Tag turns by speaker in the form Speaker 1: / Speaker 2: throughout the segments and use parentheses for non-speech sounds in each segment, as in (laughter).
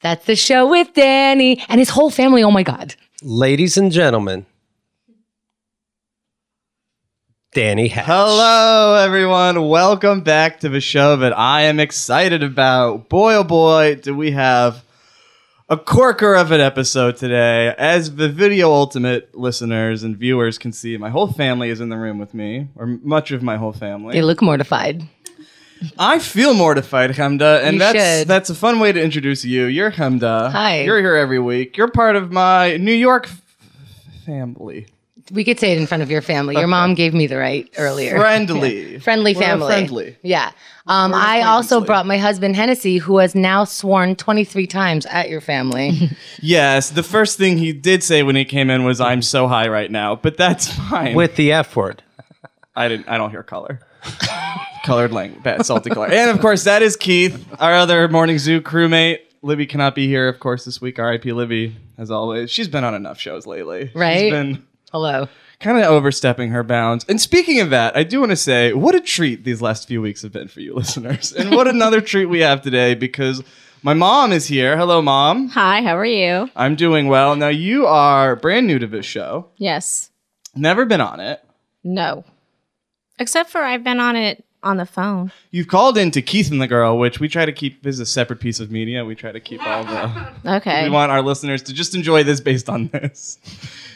Speaker 1: That's the show with Danny and his whole family. Oh my God.
Speaker 2: Ladies and gentlemen, Danny Hatch.
Speaker 3: Hello, everyone. Welcome back to the show that I am excited about. Boy, oh boy, do we have a corker of an episode today. As the video ultimate listeners and viewers can see, my whole family is in the room with me, or much of my whole family.
Speaker 1: They look mortified.
Speaker 3: I feel mortified, Hamda, and
Speaker 1: You
Speaker 3: that's
Speaker 1: should.
Speaker 3: that's a fun way to introduce you. You're Hamda.
Speaker 1: Hi.
Speaker 3: You're here every week. You're part of my New York f-
Speaker 1: (laughs)
Speaker 3: family.
Speaker 1: We could say it in front of your family. Your mom gave me the right earlier.
Speaker 3: Friendly.
Speaker 1: Friendly
Speaker 3: We're a
Speaker 1: family.
Speaker 3: Friendly.
Speaker 1: Yeah. Um, I also brought my husband Hennessy, who has now sworn 23 times at your family.
Speaker 3: Yes, the first thing he did say when he came in was "I'm so high right now," but that's (laughs) fine.
Speaker 2: With the F word.
Speaker 3: I didn't. I don't hear color. (laughs) Colored language, bad salty color, and of course that is Keith, our other morning zoo crewmate. Libby cannot be here, of course, this week. R.I.P. Libby, as always. She's been on enough shows lately.
Speaker 1: Right.
Speaker 3: She's been
Speaker 1: Hello.
Speaker 3: kind of overstepping her bounds. And speaking of that, I do want to say what a treat these last few weeks have been for you (laughs) listeners, and what another treat we have today because my mom is here. Hello, mom.
Speaker 4: Hi, how are you?
Speaker 3: I'm doing well. Now you are brand new to this show.
Speaker 4: Yes.
Speaker 3: Never been on it.
Speaker 4: No. Except for I've been on it on the phone.
Speaker 3: You've called in to Keith and the Girl, which we try to keep this is a separate piece of media. We try to keep all the
Speaker 4: (laughs) Okay.
Speaker 3: we want our listeners to just enjoy this based on this.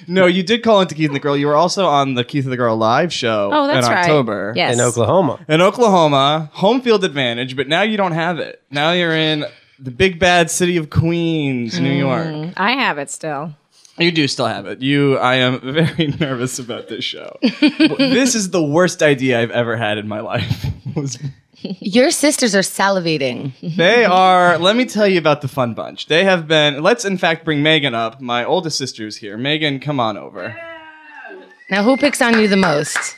Speaker 3: No, you did call into Keith and the Girl. You were also on the Keith and the Girl live show
Speaker 4: oh, that's
Speaker 3: in
Speaker 4: right.
Speaker 3: October.
Speaker 4: Yes.
Speaker 2: In Oklahoma.
Speaker 3: In Oklahoma, home field advantage, but now you don't have it. Now you're in the big bad city of Queens,
Speaker 4: Mm.
Speaker 3: New York.
Speaker 4: I have it still.
Speaker 3: You do still have it. You, I am (laughs) very nervous about this show. this is the worst idea I've ever had in my life. (laughs) Was-
Speaker 1: Your sisters are salivating.
Speaker 3: they are. Let me tell you about the fun bunch. They have been. Let's in fact bring Megan up. My oldest sister's here. Megan, come on over.
Speaker 1: Now, who picks on you the most?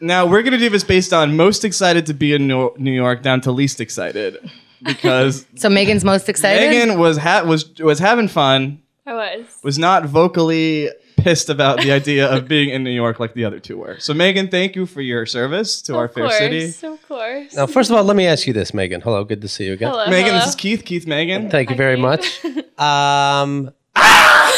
Speaker 3: Now we're gonna do this based on most excited to be in New New York down to least excited, because
Speaker 1: So Megan's most excited.
Speaker 3: Megan was ha- was was having fun.
Speaker 4: I was.
Speaker 3: Was not vocally pissed about the idea of being in New York like the other two were. So Megan, thank you for your service to our fair city.
Speaker 4: Of course.
Speaker 2: Now, first of all, let me ask you this, Megan. Hello, good to see you again.
Speaker 3: Megan, this is Keith. Keith, Megan.
Speaker 2: Thank you very much. Um,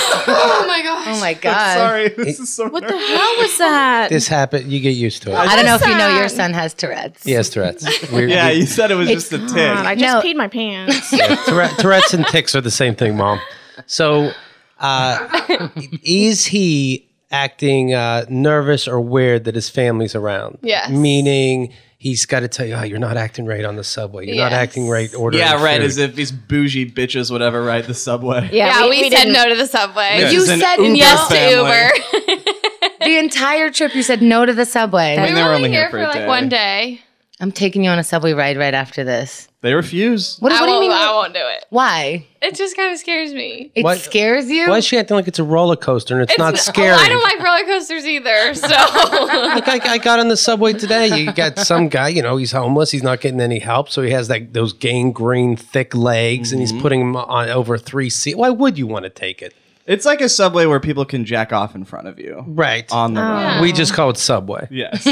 Speaker 1: oh my God.
Speaker 3: Sorry, this is so.
Speaker 4: What the hell was that?
Speaker 2: this happened. You get used to it.
Speaker 1: I don't know if you know
Speaker 4: Listen.
Speaker 1: your son has Tourette's.
Speaker 2: Yes, Tourette's. We're-
Speaker 3: (laughs) Yeah, you said it was
Speaker 1: It's
Speaker 3: just a tick.
Speaker 4: God, I just
Speaker 1: No.
Speaker 4: peed my pants.
Speaker 2: Yeah, Tourette, Tourette's and tics are the same thing, Mom. So, uh, is he acting uh, nervous or weird that his family's around?
Speaker 5: Yes.
Speaker 2: Meaning he's got to tell you, oh, you're not acting right on the subway. You're not
Speaker 5: Yes.
Speaker 2: acting right ordering
Speaker 3: Yeah, right.
Speaker 2: food."
Speaker 3: As if these bougie bitches would ever ride the subway.
Speaker 5: Yeah, we, said
Speaker 4: didn't-
Speaker 5: no to the subway.
Speaker 3: This
Speaker 1: You
Speaker 3: is an
Speaker 1: said yes
Speaker 5: to Uber.
Speaker 1: The entire trip, you said no to the subway.
Speaker 3: That's-
Speaker 5: we
Speaker 3: And they were
Speaker 5: were
Speaker 3: only
Speaker 5: only
Speaker 3: here
Speaker 5: here
Speaker 3: for
Speaker 5: for
Speaker 3: a
Speaker 5: like
Speaker 3: day.
Speaker 5: one day.
Speaker 1: I'm taking you on a subway ride right after this.
Speaker 3: They refuse.
Speaker 1: What,
Speaker 5: I
Speaker 1: what do you
Speaker 5: won't.
Speaker 1: mean?
Speaker 5: I won't do it.
Speaker 1: Why?
Speaker 5: It just kind of scares me.
Speaker 1: It
Speaker 2: Why-
Speaker 1: scares you?
Speaker 2: Why is she acting like it's a roller coaster and it's, not scary?
Speaker 5: Well, I don't like roller coasters either. (laughs) So
Speaker 2: Look, I, I got on the subway today. You got some guy, you know, he's homeless. He's not getting any help, so he has like those gangrene thick legs, and
Speaker 3: Mm-hmm.
Speaker 2: he's putting him on over three seat. Why would you want to take it?
Speaker 3: It's like a subway where people can jack off in front of you
Speaker 2: Right.
Speaker 3: on the run.
Speaker 2: we just call it
Speaker 3: (laughs)
Speaker 2: subway.
Speaker 3: Yes.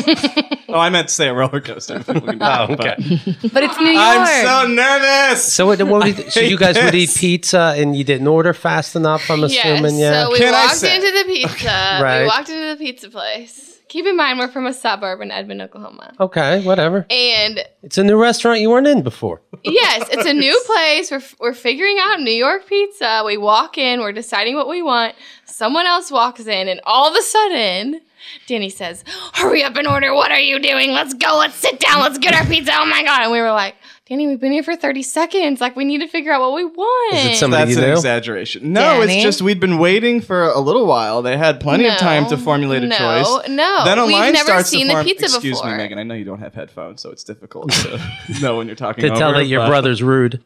Speaker 3: oh, I meant to say a roller (laughs) coaster. People can do that,
Speaker 2: Oh,
Speaker 3: but-
Speaker 2: okay.
Speaker 1: but it's New York.
Speaker 3: I'm so nervous.
Speaker 2: So what, what would you, so
Speaker 3: hate
Speaker 2: you guys
Speaker 3: (laughs)
Speaker 2: would eat
Speaker 3: this.
Speaker 2: pizza and you didn't order fast enough? I'm
Speaker 5: yes.
Speaker 2: assuming, yeah.
Speaker 5: So we
Speaker 3: Can I
Speaker 5: walked
Speaker 3: say-
Speaker 5: into the pizza.
Speaker 2: Right.
Speaker 5: We walked into the pizza place. Keep in mind, we're from a suburb in Edmond, Oklahoma.
Speaker 2: okay, whatever.
Speaker 5: And
Speaker 2: It's a new restaurant you weren't in before.
Speaker 5: yes, it's a new place. We're, we're figuring out New York pizza. We walk in, we're deciding what we want. Someone else walks in, and all of a sudden, Danny says, Hurry up and order. What are you doing? Let's go. Let's sit down. Let's get our pizza. Oh my God. And we were like, Danny, we've been here for 30 seconds. Like, we need to figure out what we want.
Speaker 2: Is it something
Speaker 3: That's
Speaker 2: you
Speaker 3: an
Speaker 2: do?
Speaker 3: exaggeration. No, it's
Speaker 1: Danny?
Speaker 3: just we'd been waiting for a little while. They had plenty of time to
Speaker 5: No,
Speaker 3: formulate a
Speaker 5: no,
Speaker 3: choice.
Speaker 5: no.
Speaker 3: Then a
Speaker 5: We've
Speaker 3: line
Speaker 5: never
Speaker 3: starts
Speaker 5: seen
Speaker 3: to
Speaker 5: the
Speaker 3: form.
Speaker 5: pizza
Speaker 3: Excuse me,
Speaker 5: before.
Speaker 3: Megan. I know you don't have headphones, so it's difficult
Speaker 2: (laughs)
Speaker 3: to know when you're talking.
Speaker 2: To tell
Speaker 3: over,
Speaker 2: that your
Speaker 3: but-
Speaker 2: brother's rude.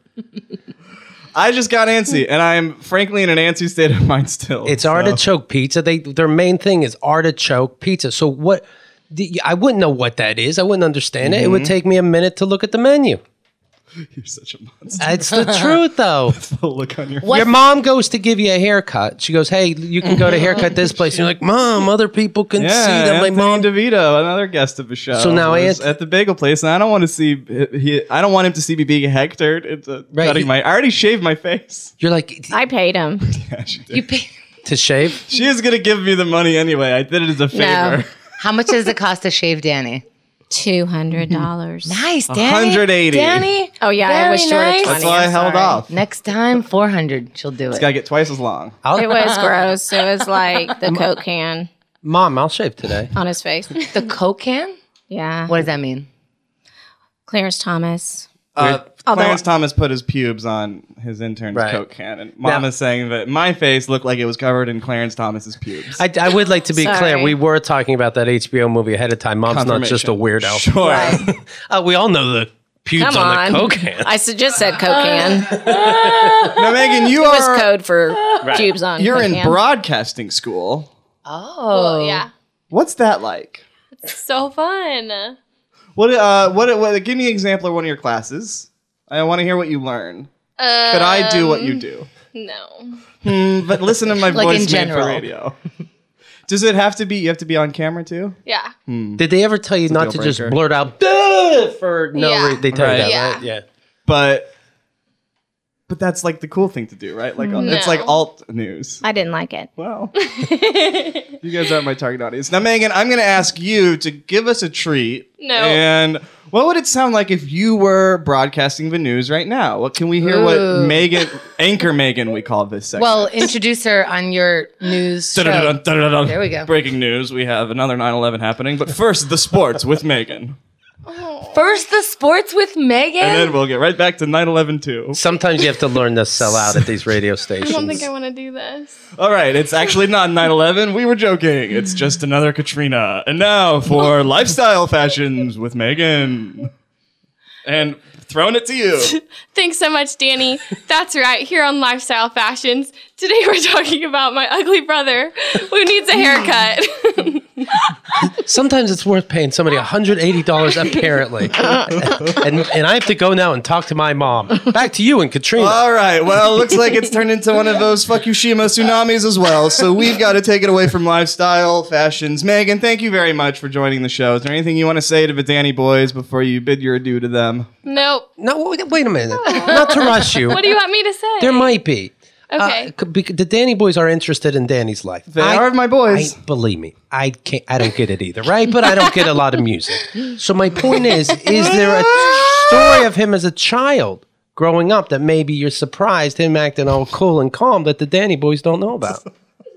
Speaker 3: I just got antsy, and I'm frankly in an antsy state of mind still.
Speaker 2: It's
Speaker 3: so.
Speaker 2: artichoke pizza. They their main thing is artichoke pizza. So what?
Speaker 3: Mm-hmm.
Speaker 2: the- I wouldn't know what that is. I wouldn't understand it. It would take me a minute to look at the menu.
Speaker 3: You're such a monster. (laughs)
Speaker 2: It's the truth, though.
Speaker 3: The look on your
Speaker 1: What-
Speaker 2: Your mom goes to give you a haircut. She goes, "Hey, you can
Speaker 5: (laughs)
Speaker 2: go to haircut this place." You're like, "Mom, other people can see
Speaker 3: Yeah,
Speaker 2: that my
Speaker 3: Anthony
Speaker 2: mom."
Speaker 3: DeVito, another guest of the show.
Speaker 2: So now
Speaker 3: was
Speaker 2: Anth-
Speaker 3: at the bagel place, and I don't want to see he. I don't want him to see me being hectored into
Speaker 2: Right,
Speaker 3: cutting
Speaker 2: he-
Speaker 3: my. I already shaved my face. (laughs)
Speaker 2: You're like
Speaker 4: I paid him.
Speaker 3: Yeah, she, did.
Speaker 1: You pay-
Speaker 2: to shave.
Speaker 3: She is gonna give me the money anyway. I did it as a favor.
Speaker 1: (laughs) How much does it cost to shave Danny?
Speaker 4: Two hundred dollars.
Speaker 1: Nice, Danny.
Speaker 3: 180.
Speaker 1: Danny.
Speaker 4: (laughs) Oh yeah, I was short
Speaker 1: nice.
Speaker 4: of
Speaker 3: That's
Speaker 4: twenty.
Speaker 3: why I
Speaker 4: I'm
Speaker 3: held
Speaker 4: sorry.
Speaker 3: off.
Speaker 1: Next time, 400. She'll do it.
Speaker 3: Gotta get twice as long.
Speaker 4: It was gross. It was like the coke can
Speaker 2: Mom, I'll shave today.
Speaker 4: on his face.
Speaker 1: the Coke can?
Speaker 4: Yeah,
Speaker 1: What does that mean?
Speaker 4: Clarence Thomas.
Speaker 3: Uh,
Speaker 4: Although-
Speaker 3: Clarence Thomas put his pubes on his intern's
Speaker 2: Right.
Speaker 3: coke can, and Mom
Speaker 2: Now-
Speaker 3: is saying that my face looked like it was covered in Clarence Thomas's pubes.
Speaker 2: I, I would like to be clear.
Speaker 4: Sorry.
Speaker 2: We were talking about that HBO movie ahead of time. Mom's not just a weirdo.
Speaker 3: (laughs) Sure.
Speaker 2: Uh, we all know the pubes
Speaker 4: Come
Speaker 2: on,
Speaker 4: on,
Speaker 2: the coke can.
Speaker 4: I s- just said coke can.
Speaker 3: (laughs) Now, Megan, you
Speaker 4: It was
Speaker 3: are
Speaker 4: code for tubes on.
Speaker 3: you're
Speaker 4: coke
Speaker 3: in
Speaker 4: can.
Speaker 3: broadcasting school.
Speaker 1: Oh.
Speaker 5: Well, yeah.
Speaker 3: What's that like?
Speaker 5: So fun.
Speaker 3: What? Uh, what? What? Give me an example of one of your classes. I want to hear what you learn.
Speaker 5: Uh,
Speaker 3: Could I do what
Speaker 4: Um,
Speaker 3: you do?
Speaker 5: No.
Speaker 3: Hmm, but listen to my
Speaker 1: Like in
Speaker 3: voice made for
Speaker 1: general.
Speaker 3: radio. (laughs) Does it have to be? You have to be on camera too.
Speaker 5: Yeah.
Speaker 2: Did they ever tell you not to
Speaker 3: deal
Speaker 2: just
Speaker 3: breaker.
Speaker 2: blurt out "Duh!" for no
Speaker 5: Yeah.
Speaker 2: reason? They tell
Speaker 3: Right.
Speaker 2: you that,
Speaker 5: Yeah.
Speaker 2: right? Yeah.
Speaker 3: But but that's like the cool thing to do, right? Like it's like
Speaker 5: No.
Speaker 3: alt news.
Speaker 4: I didn't like it.
Speaker 1: (laughs)
Speaker 3: Wow. you guys aren't my target audience. Now, Megan, I'm going to ask you to give us a treat.
Speaker 5: No.
Speaker 3: And what would it sound like if you were broadcasting the news right now? What can we hear? What
Speaker 1: Ooh.
Speaker 3: Megan, anchor Megan, we call this segment. (laughs)
Speaker 1: Well, introduce her on your news. show.
Speaker 3: Dun-dun-dun, dun-dun-dun.
Speaker 1: There we go.
Speaker 3: Breaking news. We have another 9 11 happening. But first, the sports with Megan.
Speaker 1: First, the sports with Megan.
Speaker 3: And then we'll get right back to 9 11 too.
Speaker 2: Sometimes you have to learn to sell out at these radio stations.
Speaker 5: I don't think I want to do this.
Speaker 3: (laughs) All right. It's actually not 9 11. We were joking. It's just another Katrina. And now (laughs) for lifestyle fashions with Megan. And throwing it to (laughs) you.
Speaker 5: Thanks so much, Danny. That's right, here on Lifestyle Fashions. Today we're talking about my ugly brother who needs a haircut. (laughs)
Speaker 2: Sometimes it's worth paying somebody $180 apparently. and, and I have to go now and talk to my mom. Back to you and Katrina.
Speaker 3: All right. Well, looks like it's turned into one of those Fukushima tsunamis as well. So we've got to take it away from lifestyle fashions. Megan, thank you very much for joining the show. Is there anything you want to say to the Danny boys before you bid your adieu to them?
Speaker 5: nope.
Speaker 2: no, wait, wait a minute. Not to rush you.
Speaker 5: What do you want me to say?
Speaker 2: there might be.
Speaker 5: Okay.
Speaker 2: Uh, c- bec- the Danny boys are interested in Danny's life.
Speaker 3: They
Speaker 2: I-
Speaker 3: are my boys.
Speaker 2: I, believe me, I can't. I don't get it either, right? But I don't get a lot of music. So my point is, is there a story of him as a child growing up that maybe you're surprised him acting all cool and calm that the Danny boys don't know about?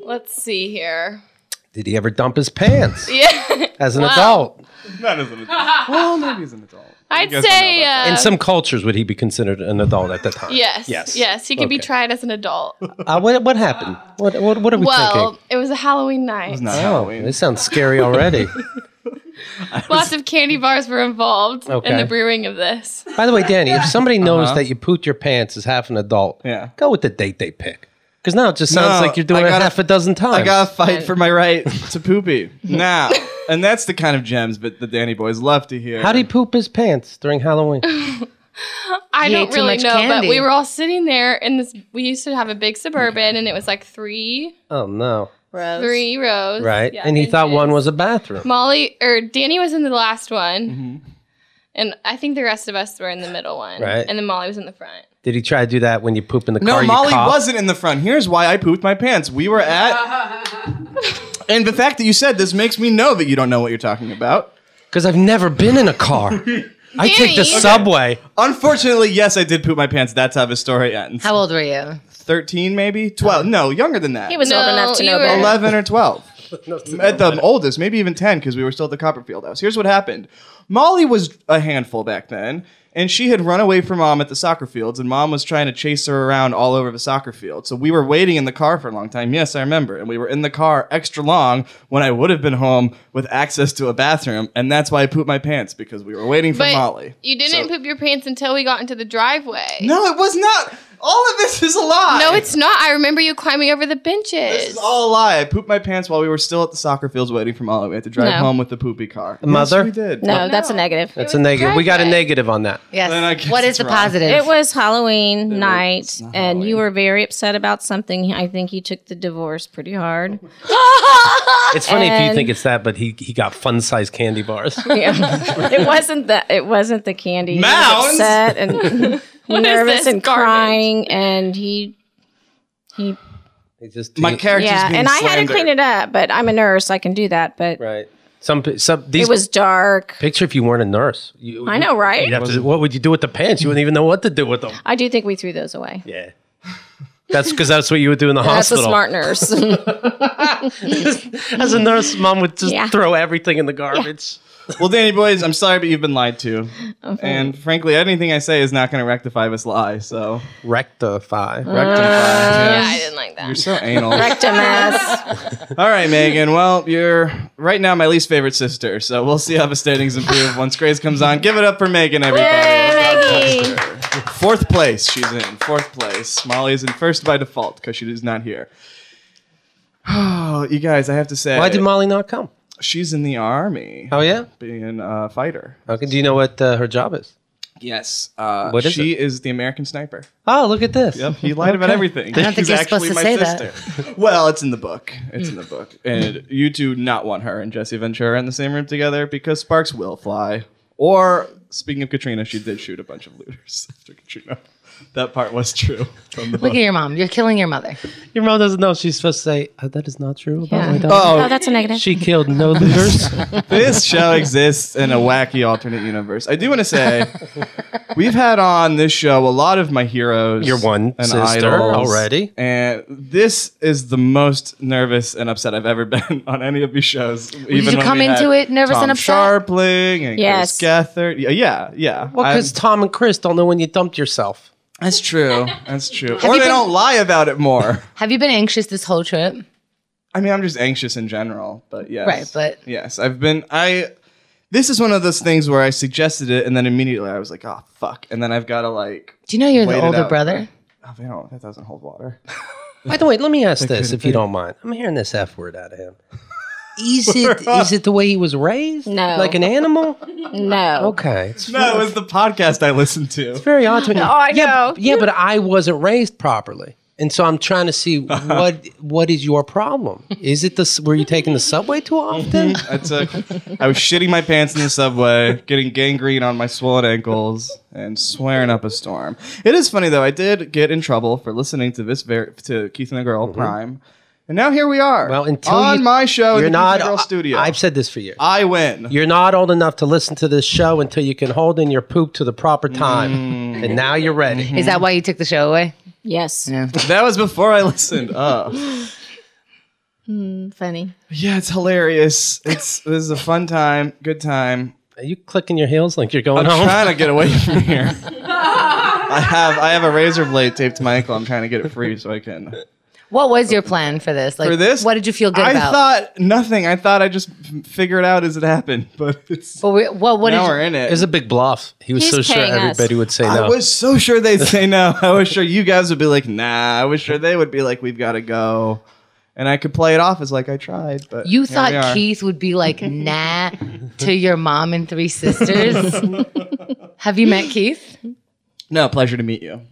Speaker 5: Let's see here. (laughs)
Speaker 2: Did he ever dump his pants
Speaker 5: Yeah.
Speaker 2: as an adult?
Speaker 3: Not as an adult. Well, maybe as an adult.
Speaker 5: I'd
Speaker 3: guys don't
Speaker 5: say uh,
Speaker 2: In some cultures, would he be considered an adult at the time?
Speaker 5: yes.
Speaker 2: Yes.
Speaker 5: Yes. Yes. He could
Speaker 2: (laughs)
Speaker 5: be
Speaker 2: Okay.
Speaker 5: tried as an adult.
Speaker 2: Uh, what, what happened? What, what, what are we
Speaker 5: well,
Speaker 2: thinking?
Speaker 5: it was a Halloween night.
Speaker 3: It's not
Speaker 2: Oh,
Speaker 3: Halloween.
Speaker 2: this sounds scary already.
Speaker 5: (laughs) Lots of candy bars were involved in
Speaker 2: Okay.
Speaker 5: the brewing of this.
Speaker 2: By the way, Danny, if somebody knows that you pooped your pants as half an adult,
Speaker 3: Uh-huh. Yeah.
Speaker 2: go with the date they pick. Because now it just sounds
Speaker 3: No,
Speaker 2: like you're doing
Speaker 3: I
Speaker 2: it
Speaker 3: gotta-
Speaker 2: half a dozen times.
Speaker 3: I gotta fight for
Speaker 2: (laughs)
Speaker 3: my right to poopy now. And that's the kind of gems that the Danny boys love to hear.
Speaker 2: How do you poop his pants during
Speaker 4: (laughs)
Speaker 2: Halloween?
Speaker 5: I
Speaker 1: He
Speaker 5: don't
Speaker 1: ate too
Speaker 5: really
Speaker 1: much
Speaker 5: know,
Speaker 1: candy.
Speaker 5: but we were all sitting there in this. We used to have a big suburban, and it was like three,
Speaker 2: oh no!
Speaker 5: three rows.
Speaker 2: Right?
Speaker 5: Yeah,
Speaker 2: and he thought
Speaker 5: benches.
Speaker 2: one was a bathroom.
Speaker 5: Molly or Danny was in the last one,
Speaker 3: Mm-hmm.
Speaker 5: and I think the rest of us were in the middle one.
Speaker 2: Right.
Speaker 5: And then Molly was in the front.
Speaker 2: Did he try to do that when you poop in the
Speaker 3: No,
Speaker 2: car? you
Speaker 3: Molly
Speaker 2: cough?
Speaker 3: wasn't in the front. Here's why I pooped my pants. We were at. (laughs) and the fact that you said this makes me know that you don't know what you're talking about.
Speaker 2: Because I've never been in a
Speaker 3: (laughs)
Speaker 2: car. I take the
Speaker 5: Danny.
Speaker 2: subway.
Speaker 3: Unfortunately, yes, I did poop my pants. That's how the story ends.
Speaker 1: How old were you?
Speaker 3: 13, maybe? 12. No, younger than that.
Speaker 4: He was
Speaker 5: No,
Speaker 4: old enough to
Speaker 5: you
Speaker 4: know
Speaker 5: were-
Speaker 4: better.
Speaker 3: 11 or 12. at the oldest, maybe even 10, because we were still at the Copperfield house. Here's what happened Molly was a handful back then, and she had run away from mom at the soccer fields, and mom was trying to chase her around all over the soccer field. So we were waiting in the car for a long time. Yes, I remember. And we were in the car extra long when I would have been home with access to a bathroom, and that's why I pooped my pants, because we were waiting for
Speaker 5: But
Speaker 3: Molly.
Speaker 5: you didn't
Speaker 3: So-
Speaker 5: poop your pants until we got into the driveway.
Speaker 3: No, it was not. All of this is a lie.
Speaker 5: No, it's not. I remember you climbing over the benches.
Speaker 3: This is all a lie. I pooped my pants while we were still at the soccer fields waiting for Molly. We had to drive
Speaker 4: No.
Speaker 3: home with the poopy car.
Speaker 2: Mother?
Speaker 3: Yes, we did.
Speaker 4: No, that's a
Speaker 5: No.
Speaker 4: negative.
Speaker 2: That's a negative. We got a negative on that.
Speaker 3: Then I
Speaker 1: Yes.
Speaker 3: guess
Speaker 1: What is
Speaker 3: it's
Speaker 1: the
Speaker 3: wrong.
Speaker 1: positive?
Speaker 4: It was Halloween
Speaker 3: was
Speaker 4: night,
Speaker 3: not
Speaker 4: and you
Speaker 3: Halloween.
Speaker 4: were very upset about something. I think he took the divorce pretty hard.
Speaker 2: It's funny if you
Speaker 4: And-
Speaker 2: think it's that, but he, he got fun sized candy
Speaker 3: (laughs)
Speaker 2: bars.
Speaker 4: (laughs) Yeah. it wasn't the it wasn't the candy. He was
Speaker 3: Mounds?
Speaker 4: upset and
Speaker 5: What
Speaker 4: (laughs)
Speaker 5: is
Speaker 4: nervous
Speaker 5: this
Speaker 4: and
Speaker 5: garbage?
Speaker 4: crying, and he he
Speaker 2: They just
Speaker 3: My
Speaker 2: he-
Speaker 3: character's
Speaker 4: yeah.
Speaker 3: being
Speaker 4: And I had to
Speaker 3: slandered.
Speaker 4: clean it up, but I'm a nurse. I can do that. But
Speaker 2: Right. Some some
Speaker 4: it
Speaker 2: these
Speaker 4: was dark.
Speaker 2: picture if you weren't a nurse. You,
Speaker 4: I know, right?
Speaker 2: You'd have to, what would you do with the pants? You wouldn't even know what to do with them.
Speaker 4: I do think we threw those away.
Speaker 2: Yeah. (laughs) That's because that's what you would do in the
Speaker 4: That's a
Speaker 2: hospital.
Speaker 4: smart
Speaker 5: (laughs)
Speaker 4: nurse.
Speaker 2: As a nurse, mom would just
Speaker 4: Yeah.
Speaker 2: throw everything in the garbage.
Speaker 3: Well, Danny boys, I'm sorry, but you've been lied to.
Speaker 4: Oh,
Speaker 3: and frankly, anything I say is not going to rectify this lie. So
Speaker 2: Rectify.
Speaker 4: Uh,
Speaker 3: rectify.
Speaker 5: Yeah,
Speaker 3: Yeah.
Speaker 5: I didn't like that.
Speaker 3: You're so anal.
Speaker 4: (laughs) Dumbass.
Speaker 3: All right, Megan. Well, you're right now my least favorite sister. So we'll see how the standings improve once Grace comes on. Give it up for Megan, everybody.
Speaker 4: Maggie.
Speaker 3: Fourth place, she's in. Fourth place. Molly is in first by default because she is not here. (sighs) Oh, you guys, I have to say,
Speaker 2: Why did Molly not come?
Speaker 3: she's in the army,
Speaker 2: Oh, yeah?
Speaker 3: being a fighter.
Speaker 2: Okay. Do you know what uh, her job is?
Speaker 3: Yes, uh,
Speaker 2: What is
Speaker 3: she is the American sniper.
Speaker 2: Oh, look at this.
Speaker 3: Yep, he lied about everything.
Speaker 1: I don't think
Speaker 3: He's
Speaker 1: you're supposed
Speaker 3: actually
Speaker 1: to
Speaker 3: my
Speaker 1: say that. Mm.
Speaker 3: sister. that. Well, it's in the book. It's in the book, and you do not want her and Jesse Ventura in the same room together because sparks will fly. Or speaking of Katrina, she did shoot a bunch of looters (laughs) after Katrina. That part was true from the
Speaker 1: Look
Speaker 3: book.
Speaker 1: at your mom. You're killing your mother.
Speaker 2: (laughs) Your mom doesn't know. She's supposed to say, oh, that is not true about
Speaker 4: Yeah.
Speaker 2: my daughter.
Speaker 3: Oh,
Speaker 4: Oh, that's a negative.
Speaker 2: She killed no looters.
Speaker 3: this show exists in a wacky alternate universe. I do want to say
Speaker 1: (laughs)
Speaker 3: we've had on this show a lot of my heroes.
Speaker 2: Your one sister already.
Speaker 3: and this is the most nervous and upset I've ever (laughs) been on any of these shows. even
Speaker 1: you
Speaker 3: when
Speaker 1: come
Speaker 3: we had
Speaker 1: into it nervous
Speaker 3: Tom
Speaker 1: and upset?
Speaker 3: Sharpling and
Speaker 4: Yes.
Speaker 3: Chris Gethard. Yeah, yeah, yeah.
Speaker 2: (laughs) well,
Speaker 3: I'm-
Speaker 2: because Tom and Chris don't know when you dumped yourself.
Speaker 3: that's true. That's true. or they
Speaker 1: you been-
Speaker 3: don't lie about it more.
Speaker 1: Have you been anxious this whole trip?
Speaker 3: I mean, I'm just anxious in general, but yes.
Speaker 1: Right, but-
Speaker 3: yes, I've been I this is one of those things where I suggested it and then immediately I was like, "Oh, fuck." And then I've got to like
Speaker 1: Do you know you're
Speaker 3: Wait it
Speaker 1: the older
Speaker 3: out.
Speaker 1: brother?
Speaker 3: oh, they don't that doesn't hold water. (laughs)
Speaker 2: By the way, let me ask this, if you don't mind. I'm hearing this F word out (laughs) of him. Is it is it the way he was raised?
Speaker 4: No.
Speaker 2: Like an animal?
Speaker 4: No.
Speaker 2: Okay. It's
Speaker 3: No, it was the podcast I listened to.
Speaker 2: very odd
Speaker 4: (laughs)
Speaker 2: to me. Oh,
Speaker 4: I
Speaker 2: yeah,
Speaker 4: know.
Speaker 2: Yeah, but I wasn't raised properly. And so I'm trying to
Speaker 3: (laughs)
Speaker 2: see what what is your problem? Is it this were you taking the subway too
Speaker 3: Mm-hmm.
Speaker 2: often?
Speaker 3: (laughs) I took I was shitting my pants in the subway, getting gangrene on my swollen ankles, and swearing up a storm. It is funny though. I did get in trouble for listening to this ver- to Keith and the Girl Prime, and now here we are.
Speaker 2: Mm-hmm. Well, until
Speaker 3: on
Speaker 2: you-
Speaker 3: my show, in
Speaker 2: You're
Speaker 3: Oh, the
Speaker 2: not
Speaker 3: Keith and the Girl
Speaker 2: I-
Speaker 3: Studio.
Speaker 2: I've said this for years.
Speaker 3: I win.
Speaker 2: You're not old enough to listen to this show until you can hold in your poop to the proper time.
Speaker 3: Mm.
Speaker 2: And now you're ready.
Speaker 3: Mm-hmm.
Speaker 1: Is that why you took the show away?
Speaker 4: Yes.
Speaker 1: No.
Speaker 3: That was before I listened.
Speaker 1: (laughs)
Speaker 3: Oh.
Speaker 1: Hmm,
Speaker 4: Funny.
Speaker 3: Yeah, it's hilarious. It's this is a fun time, good time.
Speaker 2: Are you clicking your heels like you're going
Speaker 3: I'm
Speaker 2: home?
Speaker 3: trying to get away
Speaker 1: (laughs)
Speaker 3: from here. I have I have a razor blade taped to my ankle. I'm trying to get it free so I can.
Speaker 1: What was your plan for this? Like,
Speaker 3: For this,
Speaker 1: what did you feel good
Speaker 3: I
Speaker 1: about?
Speaker 3: thought nothing. I thought I just f- figure it out as it happened, but it's
Speaker 1: But we, what, what did
Speaker 3: now
Speaker 1: you-
Speaker 3: we're in
Speaker 2: It was
Speaker 3: it.
Speaker 2: a big bluff. He was
Speaker 4: He's
Speaker 2: so sure
Speaker 4: paying us.
Speaker 2: everybody would say
Speaker 3: I
Speaker 2: no.
Speaker 3: was so sure they'd say no. I was sure you guys would be like, nah. I was sure they would be like, we've got to go, and I could play it off as like I tried, but
Speaker 1: You
Speaker 3: here we
Speaker 1: thought
Speaker 3: are.
Speaker 1: Keith would be like, nah, to your mom and three
Speaker 3: (laughs)
Speaker 1: sisters? Have you met Keith?
Speaker 3: No, pleasure to meet you.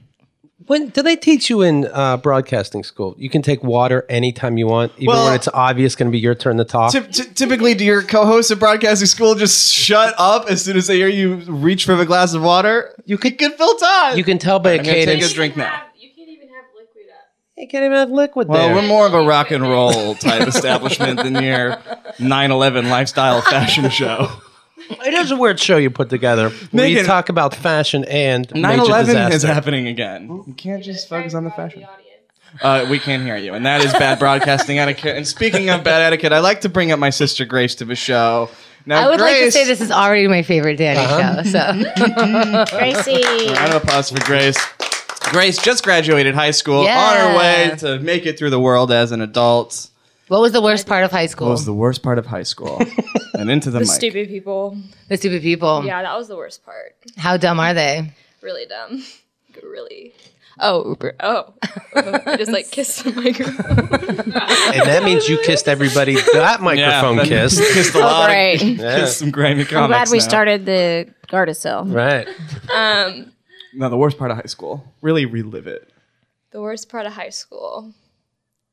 Speaker 2: when do they teach you in uh, broadcasting school? You can take water anytime you want, even
Speaker 3: Well-
Speaker 2: when it's obvious going to be your turn to talk.
Speaker 3: Ty- ty- typically, do your co-hosts at broadcasting school just shut up as soon as they hear you reach for a glass of water? You could get fill time.
Speaker 2: you can tell by a
Speaker 3: I'm gonna take
Speaker 2: cadence.
Speaker 3: a drink now.
Speaker 5: You can't even have liquid up.
Speaker 2: Hey, can't even have liquid
Speaker 3: Well,
Speaker 2: there.
Speaker 3: we're more of a rock and roll type establishment than your 9/11 lifestyle fashion show.
Speaker 2: it is a weird show you put together. where you
Speaker 3: Megan-
Speaker 2: talk about fashion and (laughs) major
Speaker 3: 9/11 is
Speaker 2: disaster.
Speaker 3: happening again. You can't just focus on the fashion. Uh, we can't hear you, and that is bad broadcasting etiquette. And speaking of bad etiquette, I like to bring up my sister Grace to the show. Now,
Speaker 1: I would like to
Speaker 3: Grace-
Speaker 1: say this is already my favorite Danny show. So
Speaker 4: Gracie.
Speaker 3: Round of applause for Grace. Grace just graduated high school, on her
Speaker 1: Yeah.
Speaker 3: way to make it through the world as an adult.
Speaker 1: what was the worst part of high school?
Speaker 3: What was the worst part of high
Speaker 5: (laughs)
Speaker 3: school? and into the, mic.
Speaker 5: Stupid people.
Speaker 1: the stupid people.
Speaker 5: Yeah, that was the worst part. (laughs)
Speaker 1: How dumb are they?
Speaker 5: Really dumb. Really. Oh, Uber. Oh. oh. I just like kissed the (laughs) microphone.
Speaker 2: And that means you kissed everybody (laughs) that microphone kissed.
Speaker 3: (laughs)
Speaker 2: (laughs)
Speaker 3: Kissed a lot.
Speaker 4: right.
Speaker 3: Of,
Speaker 2: Yeah.
Speaker 3: Kissed some Grammy comics.
Speaker 4: I'm glad we
Speaker 3: now.
Speaker 4: started the Gardasil.
Speaker 2: Right.
Speaker 5: um,
Speaker 3: No, the worst part of high school. Really relive it.
Speaker 5: the worst part of high school.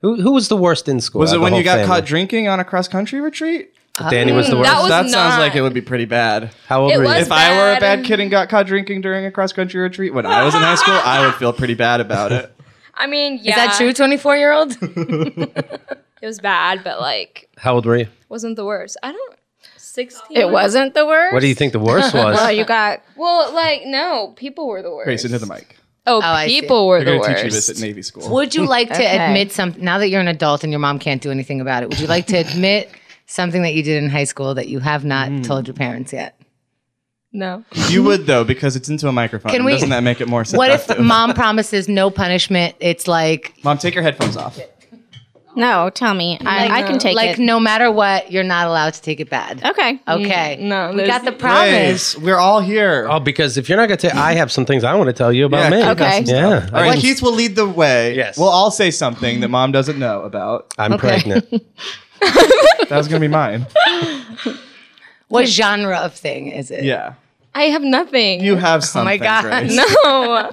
Speaker 2: Who, who was the worst in school?
Speaker 3: Was
Speaker 2: out of
Speaker 3: it
Speaker 2: the
Speaker 3: when you
Speaker 2: whole
Speaker 3: got
Speaker 2: family?
Speaker 3: caught drinking on a cross country retreat?
Speaker 2: Danny was the worst.
Speaker 5: Mm, That was
Speaker 3: that sounds
Speaker 5: not-
Speaker 3: like it would be pretty bad.
Speaker 2: How old
Speaker 5: It
Speaker 2: were you?
Speaker 5: was
Speaker 3: If I were a
Speaker 5: bad.
Speaker 3: bad kid and got caught drinking during a cross country retreat when I was in high school, I would feel pretty bad about it.
Speaker 5: I mean, yeah.
Speaker 1: Is
Speaker 6: uh,
Speaker 1: that true, 24 year old?
Speaker 5: It was bad, but like,
Speaker 2: How old were you?
Speaker 5: wasn't the worst. I don't. 16?
Speaker 4: It wasn't the worst.
Speaker 2: What do you think the
Speaker 5: (laughs)
Speaker 2: worst was?
Speaker 4: Well, you got
Speaker 5: Well, like, no, people were the worst.
Speaker 3: Grace, into the mic.
Speaker 5: Oh,
Speaker 1: I see.
Speaker 5: people were
Speaker 3: They're
Speaker 5: the
Speaker 3: going to
Speaker 5: worst.
Speaker 3: teach you this at Navy school.
Speaker 1: Would you like to
Speaker 4: Okay.
Speaker 1: admit something now that you're an adult and your mom can't do anything about it? Would you like to admit something that you did in high school that you have not
Speaker 3: Hmm.
Speaker 1: told your parents yet?
Speaker 5: no.
Speaker 3: You would though, because it's into a microphone.
Speaker 1: Can we-
Speaker 3: Doesn't that make it more
Speaker 1: What
Speaker 3: seductive?
Speaker 1: if mom promises no punishment? It's like
Speaker 3: Mom, take your headphones off.
Speaker 4: no. Tell me, I, I can take
Speaker 1: like
Speaker 4: it.
Speaker 1: no matter what, you're not allowed to take it bad.
Speaker 4: Okay.
Speaker 1: Okay.
Speaker 5: no,
Speaker 1: we
Speaker 5: there's-
Speaker 1: got the promise.
Speaker 3: Grace, we're all here.
Speaker 2: oh, because if you're not going to, I have some things I want to tell you about me.
Speaker 3: Yeah, Keith
Speaker 4: Okay.
Speaker 3: has some
Speaker 2: Yeah.
Speaker 3: stuff. All right, Keith will lead the way.
Speaker 2: Yes.
Speaker 3: We'll all say something that mom doesn't know about.
Speaker 2: I'm
Speaker 5: (laughs)
Speaker 2: pregnant.
Speaker 3: That was gonna be mine.
Speaker 1: What genre of thing is it?
Speaker 3: (laughs) Yeah.
Speaker 5: I have nothing.
Speaker 3: You have something.
Speaker 1: Oh my God.
Speaker 3: Grace.
Speaker 5: no.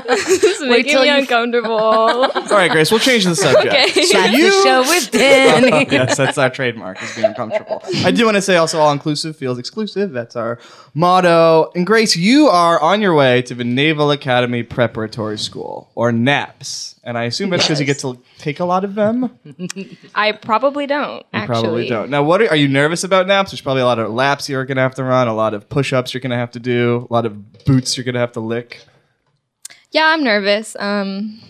Speaker 5: (laughs)
Speaker 4: (laughs)
Speaker 5: this is making
Speaker 1: till
Speaker 5: me
Speaker 1: you-
Speaker 5: uncomfortable.
Speaker 3: All right, Grace. We'll change the subject.
Speaker 5: Okay.
Speaker 3: So
Speaker 1: (laughs) That's
Speaker 3: you.
Speaker 1: the (laughs) show Uh, with (laughs) Danny.
Speaker 3: (laughs) yes, that's our trademark. Is being uncomfortable. I do want to say also, all inclusive feels exclusive. That's our motto. And Grace, you are on your way to the Naval Academy Preparatory School, or NAPS, and I assume that's because you get to take a lot of them.
Speaker 5: I probably don't. actually,
Speaker 3: Probably don't. Now, what are, are you nervous about naps? There's probably a lot of laps you're gonna have to run, a lot of push-ups you're gonna have to do, a lot of boots you're gonna have to lick.
Speaker 5: Yeah, I'm nervous. Um,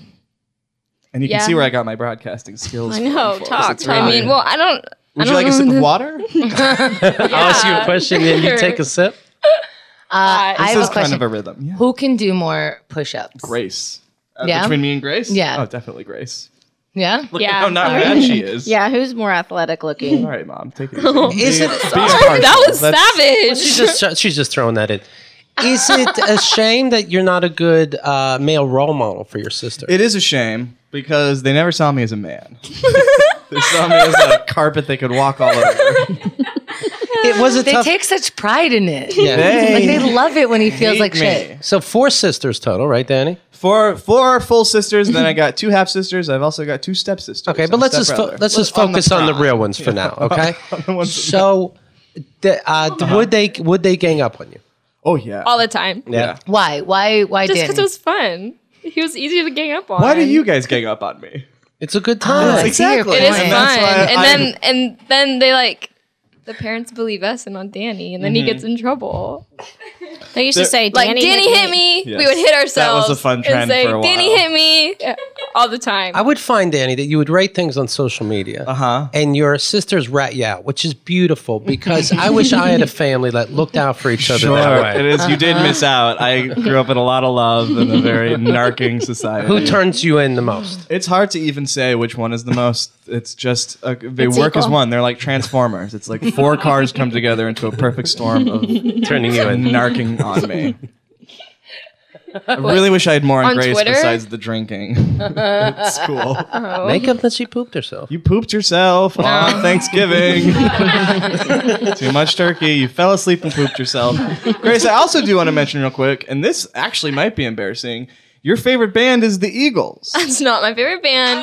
Speaker 3: And you
Speaker 5: Yeah.
Speaker 3: can see where I got my broadcasting skills.
Speaker 5: I know.
Speaker 3: from, folks.
Speaker 5: Talk.
Speaker 3: It's
Speaker 5: I
Speaker 3: really-
Speaker 5: mean, well, I don't.
Speaker 3: would you
Speaker 5: I don't
Speaker 3: like a
Speaker 5: know
Speaker 3: sip of
Speaker 5: the-
Speaker 3: water?
Speaker 2: I'll ask you a question and you take a sip.
Speaker 1: Uh, I
Speaker 3: this
Speaker 1: have
Speaker 3: is
Speaker 1: a question.
Speaker 3: kind of a rhythm. Yeah.
Speaker 1: Who can do more push-ups?
Speaker 3: Grace. Uh,
Speaker 1: Yeah?
Speaker 3: Between me and Grace.
Speaker 1: Yeah.
Speaker 3: Oh, definitely Grace.
Speaker 1: Yeah.
Speaker 3: Look
Speaker 5: Yeah.
Speaker 3: at how not bad she is.
Speaker 4: Yeah, who's more athletic looking?
Speaker 3: All right, mom. Take it. easy.
Speaker 2: Is it?
Speaker 5: That was
Speaker 3: That's-
Speaker 5: savage.
Speaker 2: She's just she's just throwing that in. Is it a shame that you're not a good uh, male role model for your sister?
Speaker 3: It is a shame because they never saw me as a man. they saw me as a carpet they could walk all over.
Speaker 2: It was a
Speaker 1: They
Speaker 2: tough.
Speaker 1: take such pride in it.
Speaker 3: They
Speaker 1: Like they
Speaker 3: (laughs)
Speaker 1: love it when he feels
Speaker 3: hate
Speaker 1: like
Speaker 3: me.
Speaker 1: shit.
Speaker 2: so four sisters total, right, Danny?
Speaker 3: Four four full sisters, and then I got two half sisters. I've also got two stepsisters.
Speaker 2: Okay,
Speaker 3: and
Speaker 2: but
Speaker 3: a
Speaker 2: let's just fo-
Speaker 3: stepbrother.
Speaker 2: let's just focus on the, real ones for now. (laughs) Okay.
Speaker 3: (laughs)
Speaker 2: so, the, uh, would they would they gang up on you?
Speaker 3: Oh yeah.
Speaker 5: All the time.
Speaker 3: yeah.
Speaker 1: Why? Why? Why
Speaker 5: Just
Speaker 1: did?
Speaker 5: because it was fun. He was easy to gang up on.
Speaker 3: Why do you guys gang up on me?
Speaker 2: It's a good time.
Speaker 1: It's Exactly.
Speaker 5: It is
Speaker 1: And
Speaker 5: fun.
Speaker 3: that's why
Speaker 5: And
Speaker 3: (laughs) I-
Speaker 5: then and then they like the parents believe us and on Danny, and then
Speaker 3: Mm-hmm.
Speaker 5: he gets in trouble.
Speaker 4: They used to say,
Speaker 5: Like
Speaker 4: Danny,
Speaker 5: Danny, hit me.
Speaker 3: Yes.
Speaker 5: We would hit
Speaker 3: That was a
Speaker 5: ourselves.
Speaker 3: fun
Speaker 5: and
Speaker 3: trend
Speaker 5: say,
Speaker 3: for a
Speaker 5: Danny
Speaker 3: while.
Speaker 5: hit me Yeah, all the time.
Speaker 2: I would find Danny that you would write things on social media,
Speaker 3: Uh-huh.
Speaker 2: and your sisters rat you out, which is beautiful because I wish I (laughs) had a family that looked out for each other that way.
Speaker 3: It is. You did miss
Speaker 5: Uh-huh.
Speaker 3: out. I grew up in a lot of love in a (laughs) very narking society.
Speaker 2: Who turns you in the most?
Speaker 3: it's hard to even say which one is the most. It's just uh they
Speaker 4: It's
Speaker 3: work as
Speaker 4: equal.
Speaker 3: one. They're like transformers. It's like four cars come together into a perfect storm
Speaker 5: (laughs)
Speaker 3: of
Speaker 2: Turning you in.
Speaker 3: Mm-hmm. (laughs) narking on me. I really wish I had more on,
Speaker 5: On
Speaker 3: Grace
Speaker 5: Twitter?
Speaker 3: besides the drinking. (laughs) it's cool.
Speaker 5: Oh,
Speaker 2: Make up that she pooped herself.
Speaker 3: (laughs) You pooped yourself on
Speaker 5: (laughs)
Speaker 3: Thanksgiving. Too much turkey. You fell asleep and pooped yourself. Grace, I also do want to mention real quick, and this actually might be embarrassing. Your favorite band is the Eagles.
Speaker 5: It's not my favorite band,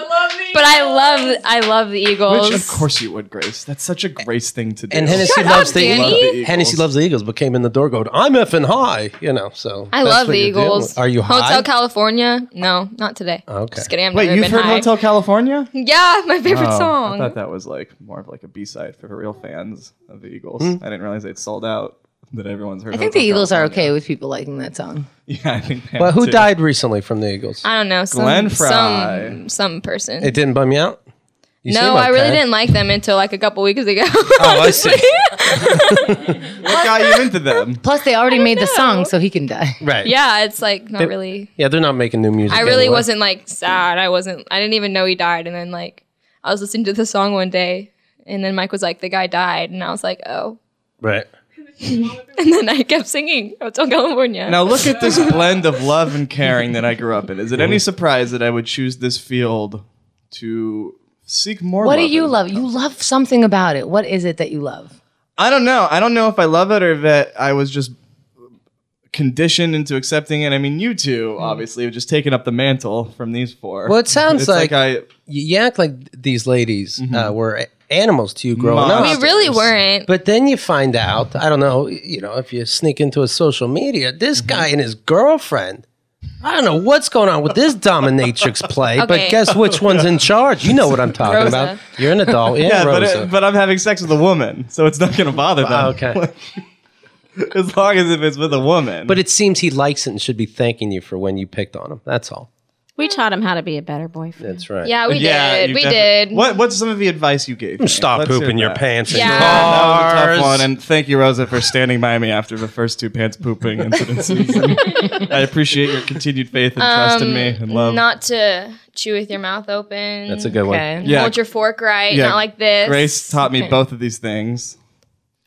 Speaker 5: but I love I love the Eagles.
Speaker 3: Which, of course, you would, Grace. That's such a Grace thing to do.
Speaker 2: And Hennessy
Speaker 5: Shut
Speaker 2: loves
Speaker 5: up,
Speaker 2: the
Speaker 5: Danny.
Speaker 2: Eagles.
Speaker 3: Love the Eagles.
Speaker 2: Hennessy loves the Eagles, but came in the door going, I'm effing high, you know. So
Speaker 5: I
Speaker 2: that's
Speaker 5: love
Speaker 2: what
Speaker 5: the
Speaker 2: you're dealing
Speaker 5: Eagles.
Speaker 2: with. Are you high?
Speaker 5: Hotel California? No, not today.
Speaker 2: Okay.
Speaker 5: Just kidding. I've
Speaker 3: Uh, Wait,
Speaker 5: never
Speaker 3: you've
Speaker 5: been
Speaker 3: heard
Speaker 5: high.
Speaker 3: Hotel California?
Speaker 5: Yeah, my favorite
Speaker 3: Oh, I
Speaker 5: song.
Speaker 3: thought that was like more of like a B side for real fans of the Eagles. I didn't realize they'd sold out. That everyone's heard.
Speaker 1: I think the Eagles are okay with people liking that song.
Speaker 3: (laughs) Yeah, I think. they
Speaker 2: But
Speaker 3: have
Speaker 2: who
Speaker 3: too.
Speaker 2: died recently from the Eagles?
Speaker 5: I don't know. Some,
Speaker 3: Glenn Fry.
Speaker 5: Some, some person.
Speaker 2: It didn't bum you out? You
Speaker 5: no,
Speaker 2: seem
Speaker 5: I really
Speaker 2: okay.
Speaker 5: didn't like them until like a couple weeks ago.
Speaker 2: Oh,
Speaker 5: (laughs)
Speaker 2: I see.
Speaker 3: What got you into them?
Speaker 1: Plus, they already made the
Speaker 5: know.
Speaker 1: song, so he can die.
Speaker 2: Right.
Speaker 5: yeah, it's like not really.
Speaker 2: Yeah, they're not making new music.
Speaker 5: I really
Speaker 2: anyway.
Speaker 5: wasn't like sad. I wasn't. I didn't even know he died. And then like I was listening to the song one day, and then Mike was like, "The guy died," and I was like, "Oh."
Speaker 2: Right.
Speaker 4: and then I kept singing Hotel
Speaker 3: (laughs)
Speaker 4: California.
Speaker 3: Now look at (laughs) this blend of love and caring that I grew up in. Is it any surprise that I would choose this field to seek more?
Speaker 1: What do
Speaker 3: love
Speaker 1: you
Speaker 3: in?
Speaker 1: love? You love something about it. What is it that you love?
Speaker 3: I don't know. I don't know if I love it or that I was just conditioned into accepting it. I mean, you
Speaker 1: Hmm.
Speaker 3: two obviously have just taken up the mantle from these four.
Speaker 2: Well, it sounds
Speaker 3: It's like, I
Speaker 2: you act like these ladies uh, were a- animals to you growing
Speaker 3: Mm-hmm. Monsters.
Speaker 2: up.
Speaker 5: We really weren't.
Speaker 2: But then you find out, I don't know, you know, if you sneak into a social media, this
Speaker 3: Mm-hmm.
Speaker 2: guy and his girlfriend. I don't know what's going on with this dominatrix play, but
Speaker 5: Okay.
Speaker 2: guess which one's in charge? You know what I'm talking
Speaker 5: Rosa.
Speaker 2: about. You're an adult, yeah,
Speaker 3: (laughs) yeah, but
Speaker 2: Rosa.
Speaker 3: it, but I'm having sex with a woman, so it's not going to bother them.
Speaker 2: Wow, (laughs) okay.
Speaker 3: (laughs) as long as if it's with a woman.
Speaker 2: but it seems he likes it and should be thanking you for when you picked on him. That's all.
Speaker 4: we taught him how to be a better boyfriend.
Speaker 2: That's right.
Speaker 5: Yeah, we
Speaker 3: you
Speaker 5: did. We
Speaker 3: defi-
Speaker 5: did.
Speaker 3: What what's some of the advice you gave? me?
Speaker 2: Stop
Speaker 3: Let's hear
Speaker 2: pooping your
Speaker 3: that.
Speaker 2: pants in
Speaker 5: Yeah.
Speaker 3: That was a
Speaker 2: cars.
Speaker 3: tough one, and thank you, Rosa, for standing by me after the first two pants pooping
Speaker 5: (laughs)
Speaker 3: incidents. I appreciate your continued faith and trust in me and love.
Speaker 5: Um, Not to chew with your mouth open.
Speaker 2: That's a good one.
Speaker 1: Okay.
Speaker 3: Yeah.
Speaker 5: Hold your fork right,
Speaker 3: Yeah.
Speaker 5: not like this.
Speaker 3: Grace taught me
Speaker 5: Okay.
Speaker 3: both of these things.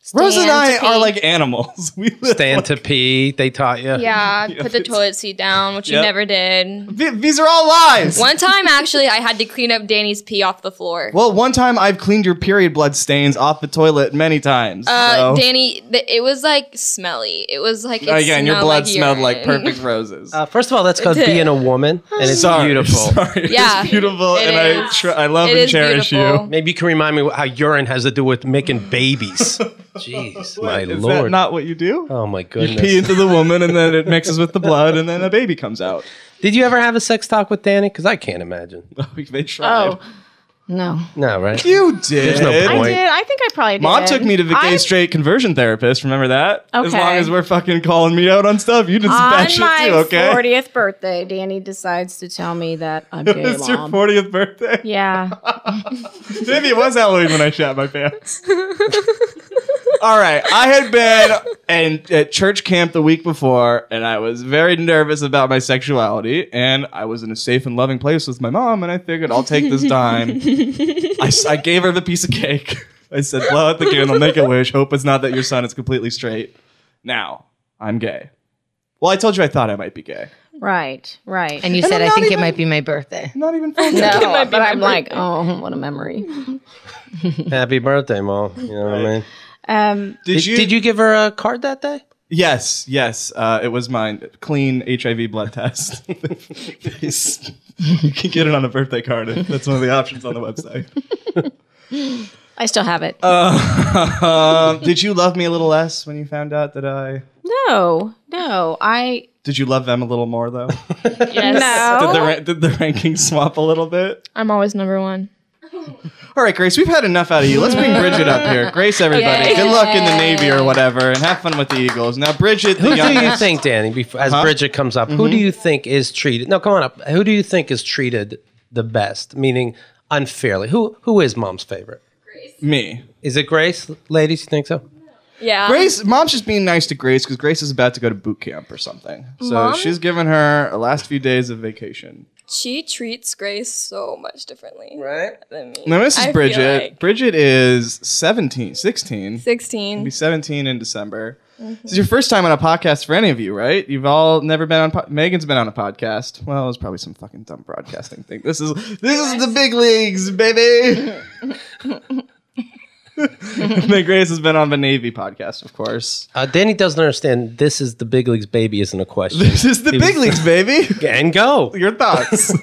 Speaker 5: Stand
Speaker 3: Rosa and I
Speaker 5: to
Speaker 3: are
Speaker 5: pee.
Speaker 3: like animals. (laughs) We live
Speaker 2: Stand to pee. They taught you.
Speaker 5: Yeah, put the
Speaker 3: it's-
Speaker 5: toilet seat down, which
Speaker 3: Yep.
Speaker 5: you never did.
Speaker 3: Th- These are all lies.
Speaker 5: One time, actually, I had to clean up Danny's pee off the floor.
Speaker 3: Well, one time I've cleaned your period blood stains off the toilet many times.
Speaker 5: Uh,
Speaker 3: so.
Speaker 5: Danny, th- it was like smelly. It was like it
Speaker 3: Again, Uh, your
Speaker 5: smelled
Speaker 3: blood
Speaker 5: like
Speaker 3: smelled
Speaker 5: (laughs)
Speaker 3: like
Speaker 5: urine.
Speaker 3: perfect roses. (laughs)
Speaker 2: Uh, first of all, that's called being a woman, and it's
Speaker 3: Sorry,
Speaker 2: beautiful.
Speaker 3: (laughs) Sorry.
Speaker 5: Yeah,
Speaker 3: it's beautiful,
Speaker 5: it
Speaker 3: and
Speaker 5: is.
Speaker 3: I tr- I love
Speaker 5: It
Speaker 3: and
Speaker 5: is
Speaker 3: cherish
Speaker 5: beautiful.
Speaker 3: you.
Speaker 2: Maybe you can remind me how urine has to do with making
Speaker 3: (laughs)
Speaker 2: babies. Jeez, my
Speaker 3: Is
Speaker 2: lord!
Speaker 3: that not what you do?
Speaker 2: oh my
Speaker 3: You pee
Speaker 2: goodness!
Speaker 3: into the woman,
Speaker 2: (laughs)
Speaker 3: and then it mixes with the blood, and then a baby comes out. (laughs)
Speaker 2: Did you ever have a sex talk with Danny? Because I can't imagine.
Speaker 3: they
Speaker 5: Oh.
Speaker 3: tried.
Speaker 4: No,
Speaker 2: No, right?
Speaker 3: (laughs) You did.
Speaker 2: There's no
Speaker 4: I
Speaker 2: point.
Speaker 4: did. I think I probably did.
Speaker 3: Mom took me to the gay
Speaker 4: I-
Speaker 3: straight conversion therapist. Remember that? As
Speaker 4: Okay.
Speaker 3: long as we're fucking calling me out on stuff, you just (laughs)
Speaker 4: On
Speaker 3: bad shit
Speaker 4: my
Speaker 3: too, okay?
Speaker 4: 40th birthday, Danny decides to tell me that I'm gay,
Speaker 3: (laughs) it's your
Speaker 4: mom.
Speaker 3: 40th birthday.
Speaker 4: yeah.
Speaker 3: Maybe it was Halloween when I shat
Speaker 2: (laughs)
Speaker 3: my pants. All right, I had been and at church camp the week before, and I was very nervous about my sexuality, and I was in a safe and loving place with my mom, and I figured I'll take
Speaker 2: (laughs)
Speaker 3: this time. I, s- I gave her the piece of cake. I said, "Blow out the candle, make a wish. Hope it's not that your son is completely straight." Now I'm gay. Well, I told you I thought I might be gay.
Speaker 4: Right. Right.
Speaker 1: And you said, I think it might be my birthday.
Speaker 3: Not even
Speaker 2: (laughs)
Speaker 3: full gay.
Speaker 4: no, but I'm like, oh, what a memory.
Speaker 2: Happy birthday, mom. You know what I mean?
Speaker 4: Um,
Speaker 2: Did you, did you give her a card that day?
Speaker 3: Yes, yes. Uh, it was mine. Clean HIV
Speaker 2: (laughs)
Speaker 3: blood test. It's- you can get it on a birthday card. if That's one of the options on the
Speaker 2: (laughs)
Speaker 3: website.
Speaker 4: I still have it.
Speaker 3: Uh, Um, did you love me a little less when you found out that I?
Speaker 4: no, no, I
Speaker 3: Did you love them a little more though? Did
Speaker 4: no.
Speaker 3: the ra- did the rankings swap a little bit?
Speaker 5: I'm always number one.
Speaker 3: All right, Grace, we've had enough out of you. Let's bring Bridget up here. Grace, everybody,
Speaker 5: Yay.
Speaker 3: good luck in the Navy or whatever, and have fun with the Eagles. Now, Bridget, the
Speaker 2: Who do you
Speaker 3: youngest.
Speaker 2: think, Danny? Before, as Bridget comes up,
Speaker 3: Mm-hmm.
Speaker 2: who do you think is treated? No, come on up. Who do you think is treated the best? Meaning unfairly. Who who is mom's favorite?
Speaker 3: me.
Speaker 2: Is it Grace? Ladies, you think so?
Speaker 5: Yeah.
Speaker 3: Grace, mom's just being nice to Grace because Grace is about to go to boot camp or something. So
Speaker 5: Mom?
Speaker 3: she's given her a last few days of vacation.
Speaker 5: She treats Grace so much differently
Speaker 2: Right.
Speaker 5: than me.
Speaker 3: Now, this is
Speaker 5: I feel
Speaker 3: Bridget.
Speaker 5: like.
Speaker 3: Bridget is 17, 16. She'll
Speaker 5: 16.
Speaker 3: Be 17 in December.
Speaker 5: Mm-hmm.
Speaker 3: This is your first time on a podcast for any of you, right? You've all never been on. Po- Megan's been on a podcast. Well, it was probably some fucking dumb broadcasting thing. This is this is the big leagues,
Speaker 5: (laughs)
Speaker 3: baby. (laughs) Meg Grace has been on the Navy podcast, of course.
Speaker 2: Uh, Danny doesn't understand. This is the big leagues, baby. Isn't a question.
Speaker 3: (laughs) This is the
Speaker 2: He was-
Speaker 3: big leagues, baby.
Speaker 2: and go.
Speaker 3: your (laughs) thoughts.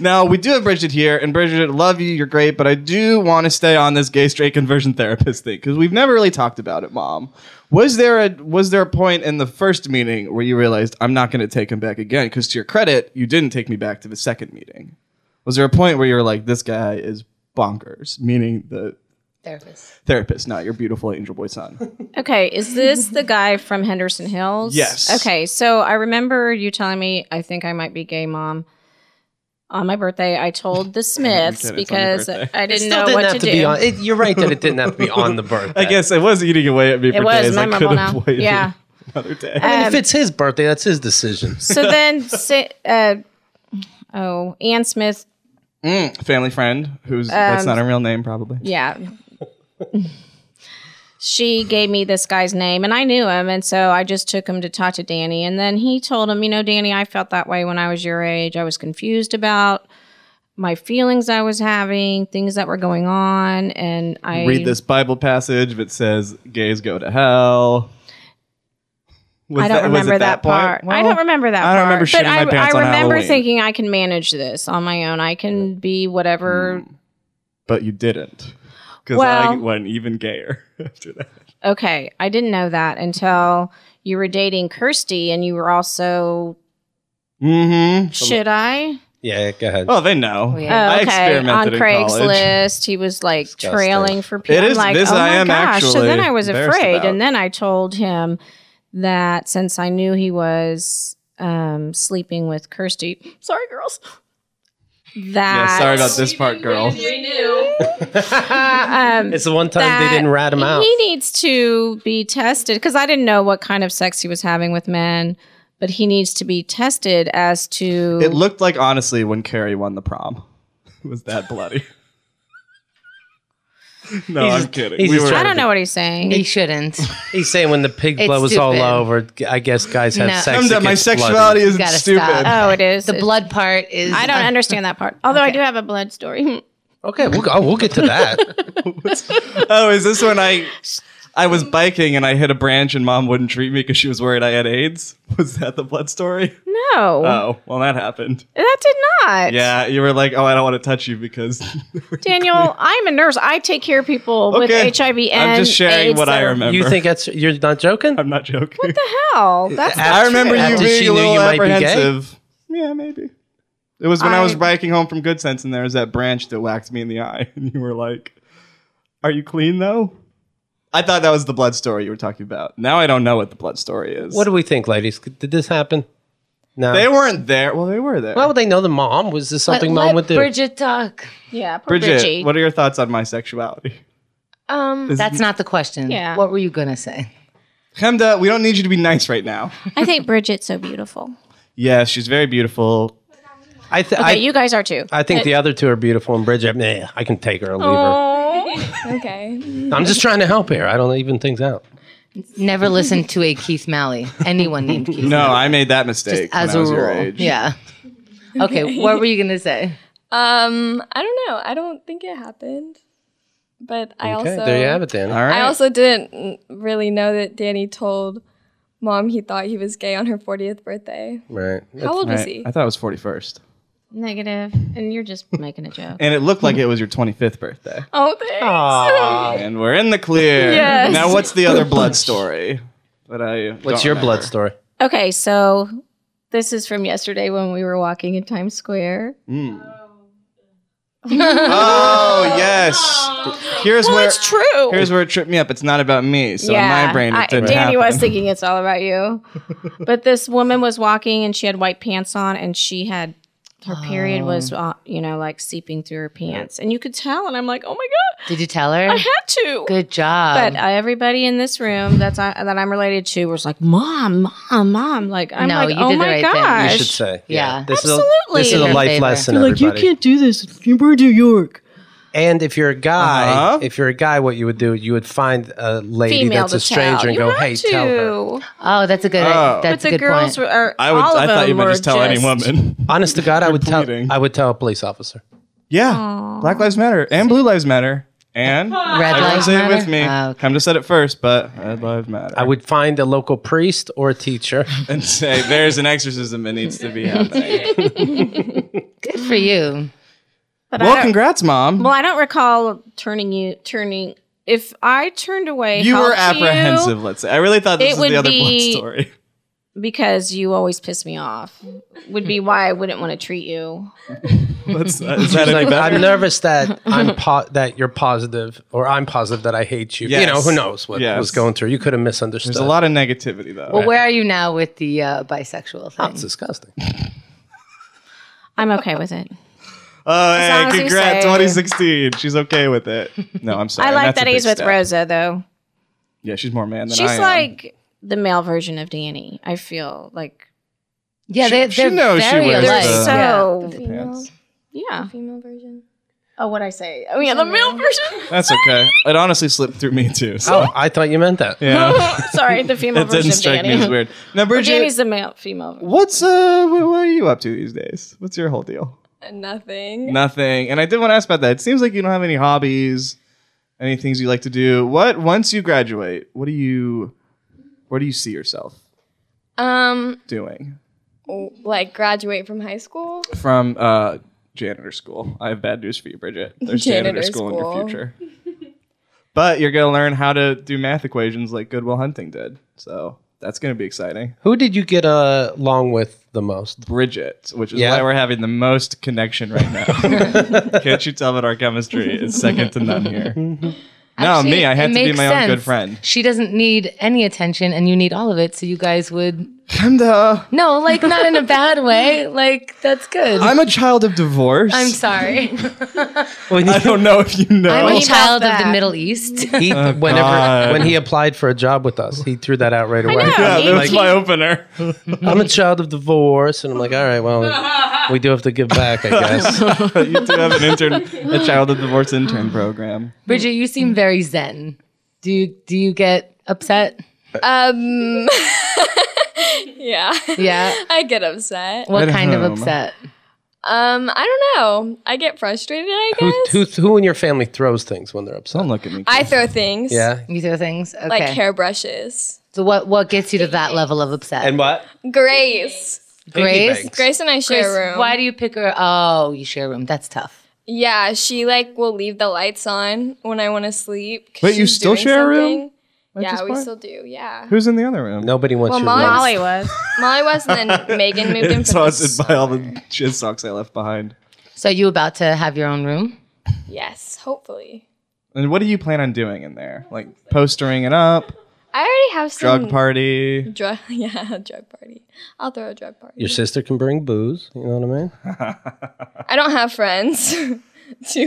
Speaker 3: now we do have Bridget here, and Bridget, love you, you're great, but I do want to stay on this gay straight conversion therapist thing because we've never really talked about it, Mom. Was there a was there a point in the first meeting where you realized I'm not going to take him back again? Because to your credit, you didn't take me back to the second meeting. Was there a point where you were like, this guy is bonkers, meaning the
Speaker 1: Therapist.
Speaker 3: therapist, not your beautiful angel boy son?
Speaker 4: Okay, is this
Speaker 2: (laughs)
Speaker 4: the guy from Henderson Hills?
Speaker 3: Yes.
Speaker 4: Okay, so I remember you telling me I think I might be gay, mom. On my birthday, I told
Speaker 3: (laughs)
Speaker 4: the Smiths
Speaker 3: kidding, it's on your
Speaker 4: because
Speaker 3: birthday.
Speaker 4: I didn't
Speaker 2: Still
Speaker 4: know
Speaker 2: didn't
Speaker 4: what
Speaker 2: have
Speaker 4: to,
Speaker 2: to
Speaker 4: do.
Speaker 2: be on. It, you're right that it didn't have to be on the birthday.
Speaker 3: (laughs) I guess it was eating away at me
Speaker 4: It
Speaker 3: for
Speaker 4: was
Speaker 3: days. I could
Speaker 4: memorable
Speaker 3: have
Speaker 4: now.
Speaker 3: waited
Speaker 4: Yeah.
Speaker 3: (laughs) another day.
Speaker 2: And
Speaker 4: Um,
Speaker 2: if it's his birthday, that's his
Speaker 3: (laughs)
Speaker 2: decision.
Speaker 4: So then, si- uh, oh, Ann Smith.
Speaker 3: Mm.
Speaker 4: Um,
Speaker 3: Family friend, who's that's not a real name, probably.
Speaker 4: Yeah. she gave me this guy's name and I knew him. And so I just took him to talk to Danny. And then he told him, you know, Danny, I felt that way when I was your age. I was confused about my feelings I was having, things that were going on. And I
Speaker 3: Read this Bible passage that says gays go to hell. Was
Speaker 4: I don't
Speaker 3: was it
Speaker 4: remember that,
Speaker 3: point?
Speaker 4: part. I
Speaker 3: Well,
Speaker 4: don't remember that
Speaker 3: I don't
Speaker 4: part.
Speaker 3: remember shitting
Speaker 4: but I,
Speaker 3: my pants
Speaker 4: I
Speaker 3: on
Speaker 4: remember
Speaker 3: Halloween.
Speaker 4: thinking I can manage this on my own. I can be whatever.
Speaker 3: Hmm. But you didn't. Because I
Speaker 4: Well-
Speaker 3: went even gayer (laughs) after that.
Speaker 4: Okay, I didn't know that until you were dating Kirsty, and you were also.
Speaker 3: Mm-hmm.
Speaker 4: Should I?
Speaker 2: Yeah, go ahead.
Speaker 3: Oh, they know.
Speaker 1: Oh,
Speaker 4: Oh,
Speaker 1: yeah.
Speaker 3: I
Speaker 4: okay. On
Speaker 3: experimented in college.
Speaker 4: Craigslist, he was like
Speaker 2: Disgusting.
Speaker 4: trailing for
Speaker 3: It
Speaker 4: people.
Speaker 3: is-
Speaker 4: like,
Speaker 3: this
Speaker 4: oh
Speaker 3: I
Speaker 4: my
Speaker 3: am
Speaker 4: gosh. So then
Speaker 3: actually
Speaker 4: I was
Speaker 3: embarrassed
Speaker 4: afraid,
Speaker 3: about.
Speaker 4: and then I told him that since I knew he was um, sleeping with Kirsty, sorry girls, that
Speaker 3: Yeah, sorry about this part, girl.
Speaker 5: We knew.
Speaker 4: um,
Speaker 2: (laughs) it's the one time they
Speaker 4: that
Speaker 2: didn't rat him out.
Speaker 4: He needs to be tested because I didn't know what kind of sex he was having with men, but he needs to be tested as to.
Speaker 3: It looked like, honestly, when Carrie won the prom. (laughs) It was that bloody. (laughs) no,
Speaker 2: He's
Speaker 3: I'm
Speaker 2: just-
Speaker 3: kidding.
Speaker 2: he's
Speaker 3: We
Speaker 2: just
Speaker 3: were,
Speaker 4: I don't know what he's saying.
Speaker 1: He shouldn't.
Speaker 2: He's saying when the pig
Speaker 1: It's
Speaker 2: blood was all
Speaker 1: stupid.
Speaker 2: over, I guess guys have
Speaker 1: No.
Speaker 2: sex.
Speaker 3: Come
Speaker 2: it
Speaker 3: to my
Speaker 2: gets
Speaker 3: sexuality
Speaker 2: bloody.
Speaker 3: is
Speaker 1: Gotta
Speaker 3: stupid.
Speaker 1: stop.
Speaker 4: oh, it
Speaker 1: (laughs)
Speaker 4: is
Speaker 1: The blood part is.
Speaker 4: I don't understand that part. Although I do have a blood story. (laughs)
Speaker 2: Okay, we'll, go- oh, we'll get to
Speaker 3: (laughs)
Speaker 2: that.
Speaker 3: Oh, is this when I I was biking and I hit a branch and mom wouldn't treat me because she was worried I had AIDS? (laughs) Was that the blood story?
Speaker 4: Mm-hmm. No,
Speaker 3: Oh, well, that happened.
Speaker 4: that did not.
Speaker 3: Yeah, you were like, oh, I don't want to touch you because. (laughs)
Speaker 4: Daniel, I'm a nurse. I take care of people
Speaker 3: Okay.
Speaker 4: with HIV and
Speaker 3: I'm just sharing
Speaker 4: AIDS
Speaker 3: what I
Speaker 4: that are-
Speaker 3: remember.
Speaker 2: you think that's you're not joking?
Speaker 3: (laughs) I'm not joking.
Speaker 4: Hell, that's not
Speaker 3: I remember
Speaker 4: true.
Speaker 3: you
Speaker 2: After she
Speaker 3: being a
Speaker 2: knew
Speaker 3: little
Speaker 2: you might be gay?
Speaker 3: apprehensive. Yeah, maybe. It was when I, was
Speaker 4: I-
Speaker 3: biking home from Good Sense and there was that branch that whacked me in the eye, (laughs) and you were like, "Are you clean though?" I thought that was the blood story you were talking about. Now I don't know what the blood story is.
Speaker 2: What do we think, ladies? Did this happen? No.
Speaker 3: they weren't there. Well, they were there.
Speaker 2: How would they know the mom? Was this something
Speaker 1: Let
Speaker 2: mom would do?
Speaker 1: Bridget talk.
Speaker 4: Yeah, poor
Speaker 3: Bridget,
Speaker 4: Bridget.
Speaker 3: what are your thoughts on my sexuality?
Speaker 5: Um,
Speaker 1: That's not the question.
Speaker 4: Yeah.
Speaker 1: What were you gonna say?
Speaker 3: Hemda, we don't need you to be nice right now.
Speaker 4: I think Bridget's so beautiful.
Speaker 3: yes, she's very beautiful.
Speaker 2: I, th-
Speaker 4: Okay,
Speaker 2: I,
Speaker 4: you guys are too.
Speaker 2: I think the other two are beautiful, and Bridget, meh, I can take her or leave
Speaker 5: okay.
Speaker 2: her. I'm just trying to help here. I don't even things out.
Speaker 1: Never listen to a Keith Malley. Anyone named
Speaker 3: (laughs)
Speaker 1: Keith.
Speaker 3: No, I made that mistake
Speaker 1: as
Speaker 3: when I
Speaker 1: a
Speaker 3: was your
Speaker 1: rule.
Speaker 3: age.
Speaker 1: Yeah. Okay. What were you gonna say?
Speaker 5: Um, I don't know. I don't think it happened, but I
Speaker 2: Okay,
Speaker 5: also
Speaker 2: there you have it, Dan.
Speaker 3: All right.
Speaker 5: I also didn't really know that Danny told mom he thought he was gay on her 40th birthday.
Speaker 2: Right.
Speaker 5: How old
Speaker 3: All
Speaker 5: was
Speaker 3: right.
Speaker 5: he?
Speaker 3: I thought it was 41st.
Speaker 4: Negative, and you're just making a (laughs) joke.
Speaker 3: And it looked like it was your 25th birthday.
Speaker 5: Oh, thanks.
Speaker 1: Ah.
Speaker 2: Aw.
Speaker 3: And we're in the clear.
Speaker 5: Yes.
Speaker 3: Now, what's the other
Speaker 4: (laughs)
Speaker 3: blood story? That I
Speaker 2: What's
Speaker 3: don't
Speaker 2: your
Speaker 3: remember?
Speaker 2: blood story?
Speaker 4: Oh. Okay, so this is from yesterday when we were walking in Times Square.
Speaker 3: Oh
Speaker 4: (laughs)
Speaker 3: yes. Here's where
Speaker 4: true.
Speaker 3: here's where it tripped me up. It's not about me. So in my brain,
Speaker 4: I-
Speaker 3: it didn't
Speaker 4: Danny
Speaker 3: happen.
Speaker 4: was thinking it's all about you. but this woman was walking and she had white pants on and she had her period was uh, you know like seeping through her pants and you could tell and I'm like oh my god
Speaker 1: Did you tell her?
Speaker 4: I had to.
Speaker 1: Good job.
Speaker 4: But uh, everybody in this room that's uh, that I'm related to was like mom mom mom like I'm
Speaker 1: No,
Speaker 4: like
Speaker 1: you
Speaker 4: oh
Speaker 1: did the
Speaker 4: my
Speaker 1: right thing. You
Speaker 2: You
Speaker 4: gosh
Speaker 2: should say.
Speaker 1: Yeah.
Speaker 2: This
Speaker 4: Absolutely.
Speaker 2: Is a, this is a
Speaker 1: Your
Speaker 2: life
Speaker 1: favor.
Speaker 2: lesson,
Speaker 7: They're like, you
Speaker 2: everybody.
Speaker 7: can't do this. We're in New York.
Speaker 2: And if you're a guy,
Speaker 3: Uh-huh.
Speaker 2: if you're a guy, what you would do, you would find a lady
Speaker 4: female
Speaker 2: that's a
Speaker 4: to tell.
Speaker 2: stranger and
Speaker 4: You
Speaker 2: go,
Speaker 4: have
Speaker 2: "Hey,
Speaker 4: to.
Speaker 2: tell her."
Speaker 1: oh, that's a good.
Speaker 3: Oh.
Speaker 4: But
Speaker 1: That's a
Speaker 4: the
Speaker 1: good
Speaker 4: girls
Speaker 1: point.
Speaker 4: were are,
Speaker 3: I would.
Speaker 4: all
Speaker 3: I
Speaker 4: of
Speaker 3: thought
Speaker 4: them
Speaker 3: you meant
Speaker 4: were
Speaker 3: just tell any woman.
Speaker 2: Honest to God, I would
Speaker 3: pleading.
Speaker 2: tell. I would tell a police officer.
Speaker 3: Yeah. Black lives matter and blue lives matter and
Speaker 1: Red
Speaker 3: everyone
Speaker 1: lives
Speaker 3: say it
Speaker 1: matter?
Speaker 3: with me.
Speaker 1: Oh, okay.
Speaker 3: Come to said it first, but red lives matter.
Speaker 2: I would find a local priest or a teacher.
Speaker 3: and say there's an exorcism that needs to be
Speaker 4: (laughs)
Speaker 3: happening.
Speaker 1: Good for you.
Speaker 4: But I
Speaker 3: well,
Speaker 4: don't-
Speaker 3: congrats, mom.
Speaker 4: Well, I don't recall turning you turning. If I turned away,
Speaker 3: you were
Speaker 4: helped you
Speaker 3: apprehensive. let's say. I really thought this
Speaker 4: It
Speaker 3: was the
Speaker 4: would
Speaker 3: other
Speaker 4: be-
Speaker 3: blood
Speaker 4: (laughs)
Speaker 3: story.
Speaker 4: because you always piss me off. Would be why I wouldn't want to treat you.
Speaker 3: Let's, uh, is that
Speaker 2: She's
Speaker 3: any
Speaker 2: like,
Speaker 3: better?
Speaker 2: I'm nervous that I'm po- that you're positive, or I'm positive that I hate you. You
Speaker 3: Yes.
Speaker 2: know, who knows what
Speaker 3: Yes.
Speaker 2: was going through. You could have misunderstood.
Speaker 3: There's a lot of negativity though.
Speaker 1: Well, where are you now with the uh, bisexual thing?
Speaker 2: It's
Speaker 3: (laughs)
Speaker 2: disgusting.
Speaker 4: I'm okay with it.
Speaker 3: oh,
Speaker 4: long
Speaker 3: hey,
Speaker 4: as you
Speaker 3: congrats,
Speaker 4: say-
Speaker 3: 2016. She's okay with it. No, I'm sorry.
Speaker 4: I like
Speaker 3: That's a
Speaker 4: that
Speaker 3: big
Speaker 4: he's with
Speaker 3: step.
Speaker 4: Rosa though.
Speaker 3: Yeah, she's more man than I um,
Speaker 4: She's
Speaker 3: am.
Speaker 4: like the male version of Danny. I feel like
Speaker 1: yeah, they,
Speaker 3: She- she
Speaker 1: they're
Speaker 3: knows she
Speaker 1: very
Speaker 3: wears
Speaker 1: alike.
Speaker 3: the-
Speaker 1: Yeah.
Speaker 4: so.
Speaker 5: The female,
Speaker 4: Yeah.
Speaker 5: female version.
Speaker 4: Oh, what I say? Oh yeah, the male version.
Speaker 3: That's okay. It honestly slipped through me too. So
Speaker 4: (laughs)
Speaker 2: Oh, I thought you meant that.
Speaker 3: yeah,
Speaker 4: Sorry, the female
Speaker 3: it
Speaker 4: version
Speaker 3: didn't
Speaker 4: of
Speaker 3: strike me
Speaker 4: Danny.
Speaker 3: as weird. Now,
Speaker 4: Danny's
Speaker 3: Bridget,
Speaker 4: the male female. version.
Speaker 3: what's uh, what, what are you up to these days? What's your whole deal?
Speaker 5: Nothing.
Speaker 3: Nothing. And I did want to ask about that. It seems like you don't have any hobbies, any things you like to do. What once you graduate, what do you, where do you see yourself
Speaker 5: Um,
Speaker 3: doing
Speaker 5: like graduate from high school.
Speaker 3: from uh, janitor school? I have bad news for you, Bridget. There's janitor,
Speaker 5: Janitor
Speaker 3: school, in your
Speaker 5: school.
Speaker 3: future. but you're gonna learn how to do math equations like Goodwill Hunting did. So that's gonna be exciting.
Speaker 2: Who did you get uh, along with the
Speaker 3: (laughs)
Speaker 2: most?
Speaker 3: Bridget, which is
Speaker 2: Yeah.
Speaker 3: why we're having the most connection right (laughs) now. Can't you tell that our chemistry is second to
Speaker 1: (laughs)
Speaker 3: none here? no,
Speaker 1: Actually,
Speaker 3: Oh, me. I
Speaker 1: it
Speaker 3: had to be
Speaker 1: makes
Speaker 3: my own good
Speaker 1: sense.
Speaker 3: friend.
Speaker 1: She doesn't need any attention, and you need all of it. So you guys would
Speaker 3: Kinda.
Speaker 1: no, like not in a bad
Speaker 5: (laughs)
Speaker 1: way. Like that's good. I'm,
Speaker 3: I'm a child of divorce.
Speaker 2: (laughs)
Speaker 1: sorry.
Speaker 3: I don't know if you know.
Speaker 1: I'm a
Speaker 4: about
Speaker 1: child of the
Speaker 4: that.
Speaker 1: Middle East. (laughs)
Speaker 2: He, whenever
Speaker 3: Oh, God.
Speaker 2: when he applied for a job with us, he threw that out right away.
Speaker 4: know.
Speaker 3: yeah, that was
Speaker 4: Like-
Speaker 3: my opener. (laughs)
Speaker 2: I'm a child of divorce, and I'm like, all right, well, we do have to give back,
Speaker 3: (laughs)
Speaker 2: I guess.
Speaker 3: you do have an intern, a child of divorce intern program.
Speaker 1: Bridget, you seem very zen. Do you do you get upset?
Speaker 5: Um, (laughs) yeah. (laughs)
Speaker 1: Yeah.
Speaker 2: (laughs)
Speaker 5: I get upset.
Speaker 1: What
Speaker 3: At
Speaker 1: kind
Speaker 3: home.
Speaker 1: of upset?
Speaker 5: Um, I don't know. I get frustrated. I guess.
Speaker 2: who, who who in your family throws things when they're upset?
Speaker 3: Don't look at me.
Speaker 5: I throw things.
Speaker 2: Yeah,
Speaker 1: You throw things. Okay.
Speaker 5: Like hairbrushes.
Speaker 1: so what what gets you to
Speaker 5: (laughs)
Speaker 1: that level of upset?
Speaker 2: and what?
Speaker 5: Grace.
Speaker 1: Grace.
Speaker 2: banks.
Speaker 5: Grace and I share a room.
Speaker 1: Why do you pick her? Oh, you share a room. That's tough.
Speaker 5: Yeah, she like will leave the lights on when I want to sleep. 'cause
Speaker 3: Wait, you
Speaker 5: she's
Speaker 3: still
Speaker 5: doing
Speaker 3: share a room
Speaker 5: something.
Speaker 3: this
Speaker 5: Yeah, we
Speaker 3: point?
Speaker 5: still do. Yeah,
Speaker 3: Who's in the other room?
Speaker 2: Nobody wants
Speaker 5: Well,
Speaker 2: your
Speaker 5: mine-
Speaker 2: roast.
Speaker 4: Molly was.
Speaker 5: Molly was,
Speaker 3: (laughs)
Speaker 5: and then Megan moved in. For
Speaker 3: Exhausted
Speaker 5: the
Speaker 3: by all the shit socks I left behind.
Speaker 1: So you about to have your own room?
Speaker 5: yes, hopefully.
Speaker 3: And what do you plan on doing in there? Like postering it up,
Speaker 5: I already have some
Speaker 3: drug party.
Speaker 5: (laughs) Drug, yeah, (laughs) drug party. I'll throw a drug party.
Speaker 2: Your sister can bring booze. You know what I mean?
Speaker 5: I don't have
Speaker 6: (laughs)
Speaker 5: friends to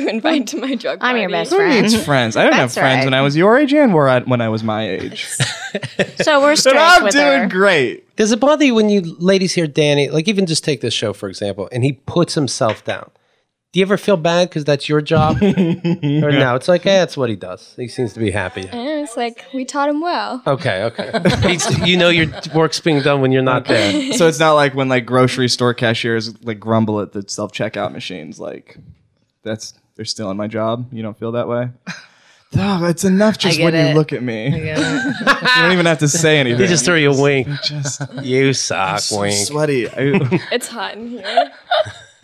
Speaker 5: invite to my drug party.
Speaker 4: I'm your best
Speaker 3: Who needs (laughs)
Speaker 4: friend.
Speaker 3: friends? I don't have
Speaker 4: That's
Speaker 3: friends
Speaker 4: right.
Speaker 3: when I was your age and where I, when I was my age.
Speaker 4: So
Speaker 3: (laughs)
Speaker 4: we're
Speaker 3: and
Speaker 4: straight
Speaker 3: I'm
Speaker 4: with
Speaker 3: doing
Speaker 4: her.
Speaker 3: (laughs) great.
Speaker 2: Does it bother you when you ladies hear Danny? Like, even just take this show for example, and he puts himself down. Do you ever feel bad because that's your
Speaker 3: (laughs)
Speaker 2: job? or no, it's like, hey, that's what he does. He seems to be happy.
Speaker 5: And it's like we taught him well.
Speaker 2: Okay, okay.
Speaker 3: (laughs)
Speaker 2: He's- you know your work's being done when you're not there.
Speaker 3: So it's not like when like grocery store cashiers like grumble at the self checkout machines. Like that's they're stealing my job. You don't feel that (laughs) way. No, it's enough just
Speaker 1: get
Speaker 3: when you
Speaker 1: it.
Speaker 3: look at me. (laughs) You don't even have to say anything.
Speaker 2: He just threw you a (laughs) wink.
Speaker 3: just
Speaker 2: You suck,
Speaker 3: I'm
Speaker 2: wink.
Speaker 3: sweaty. I,
Speaker 5: It's hot in here.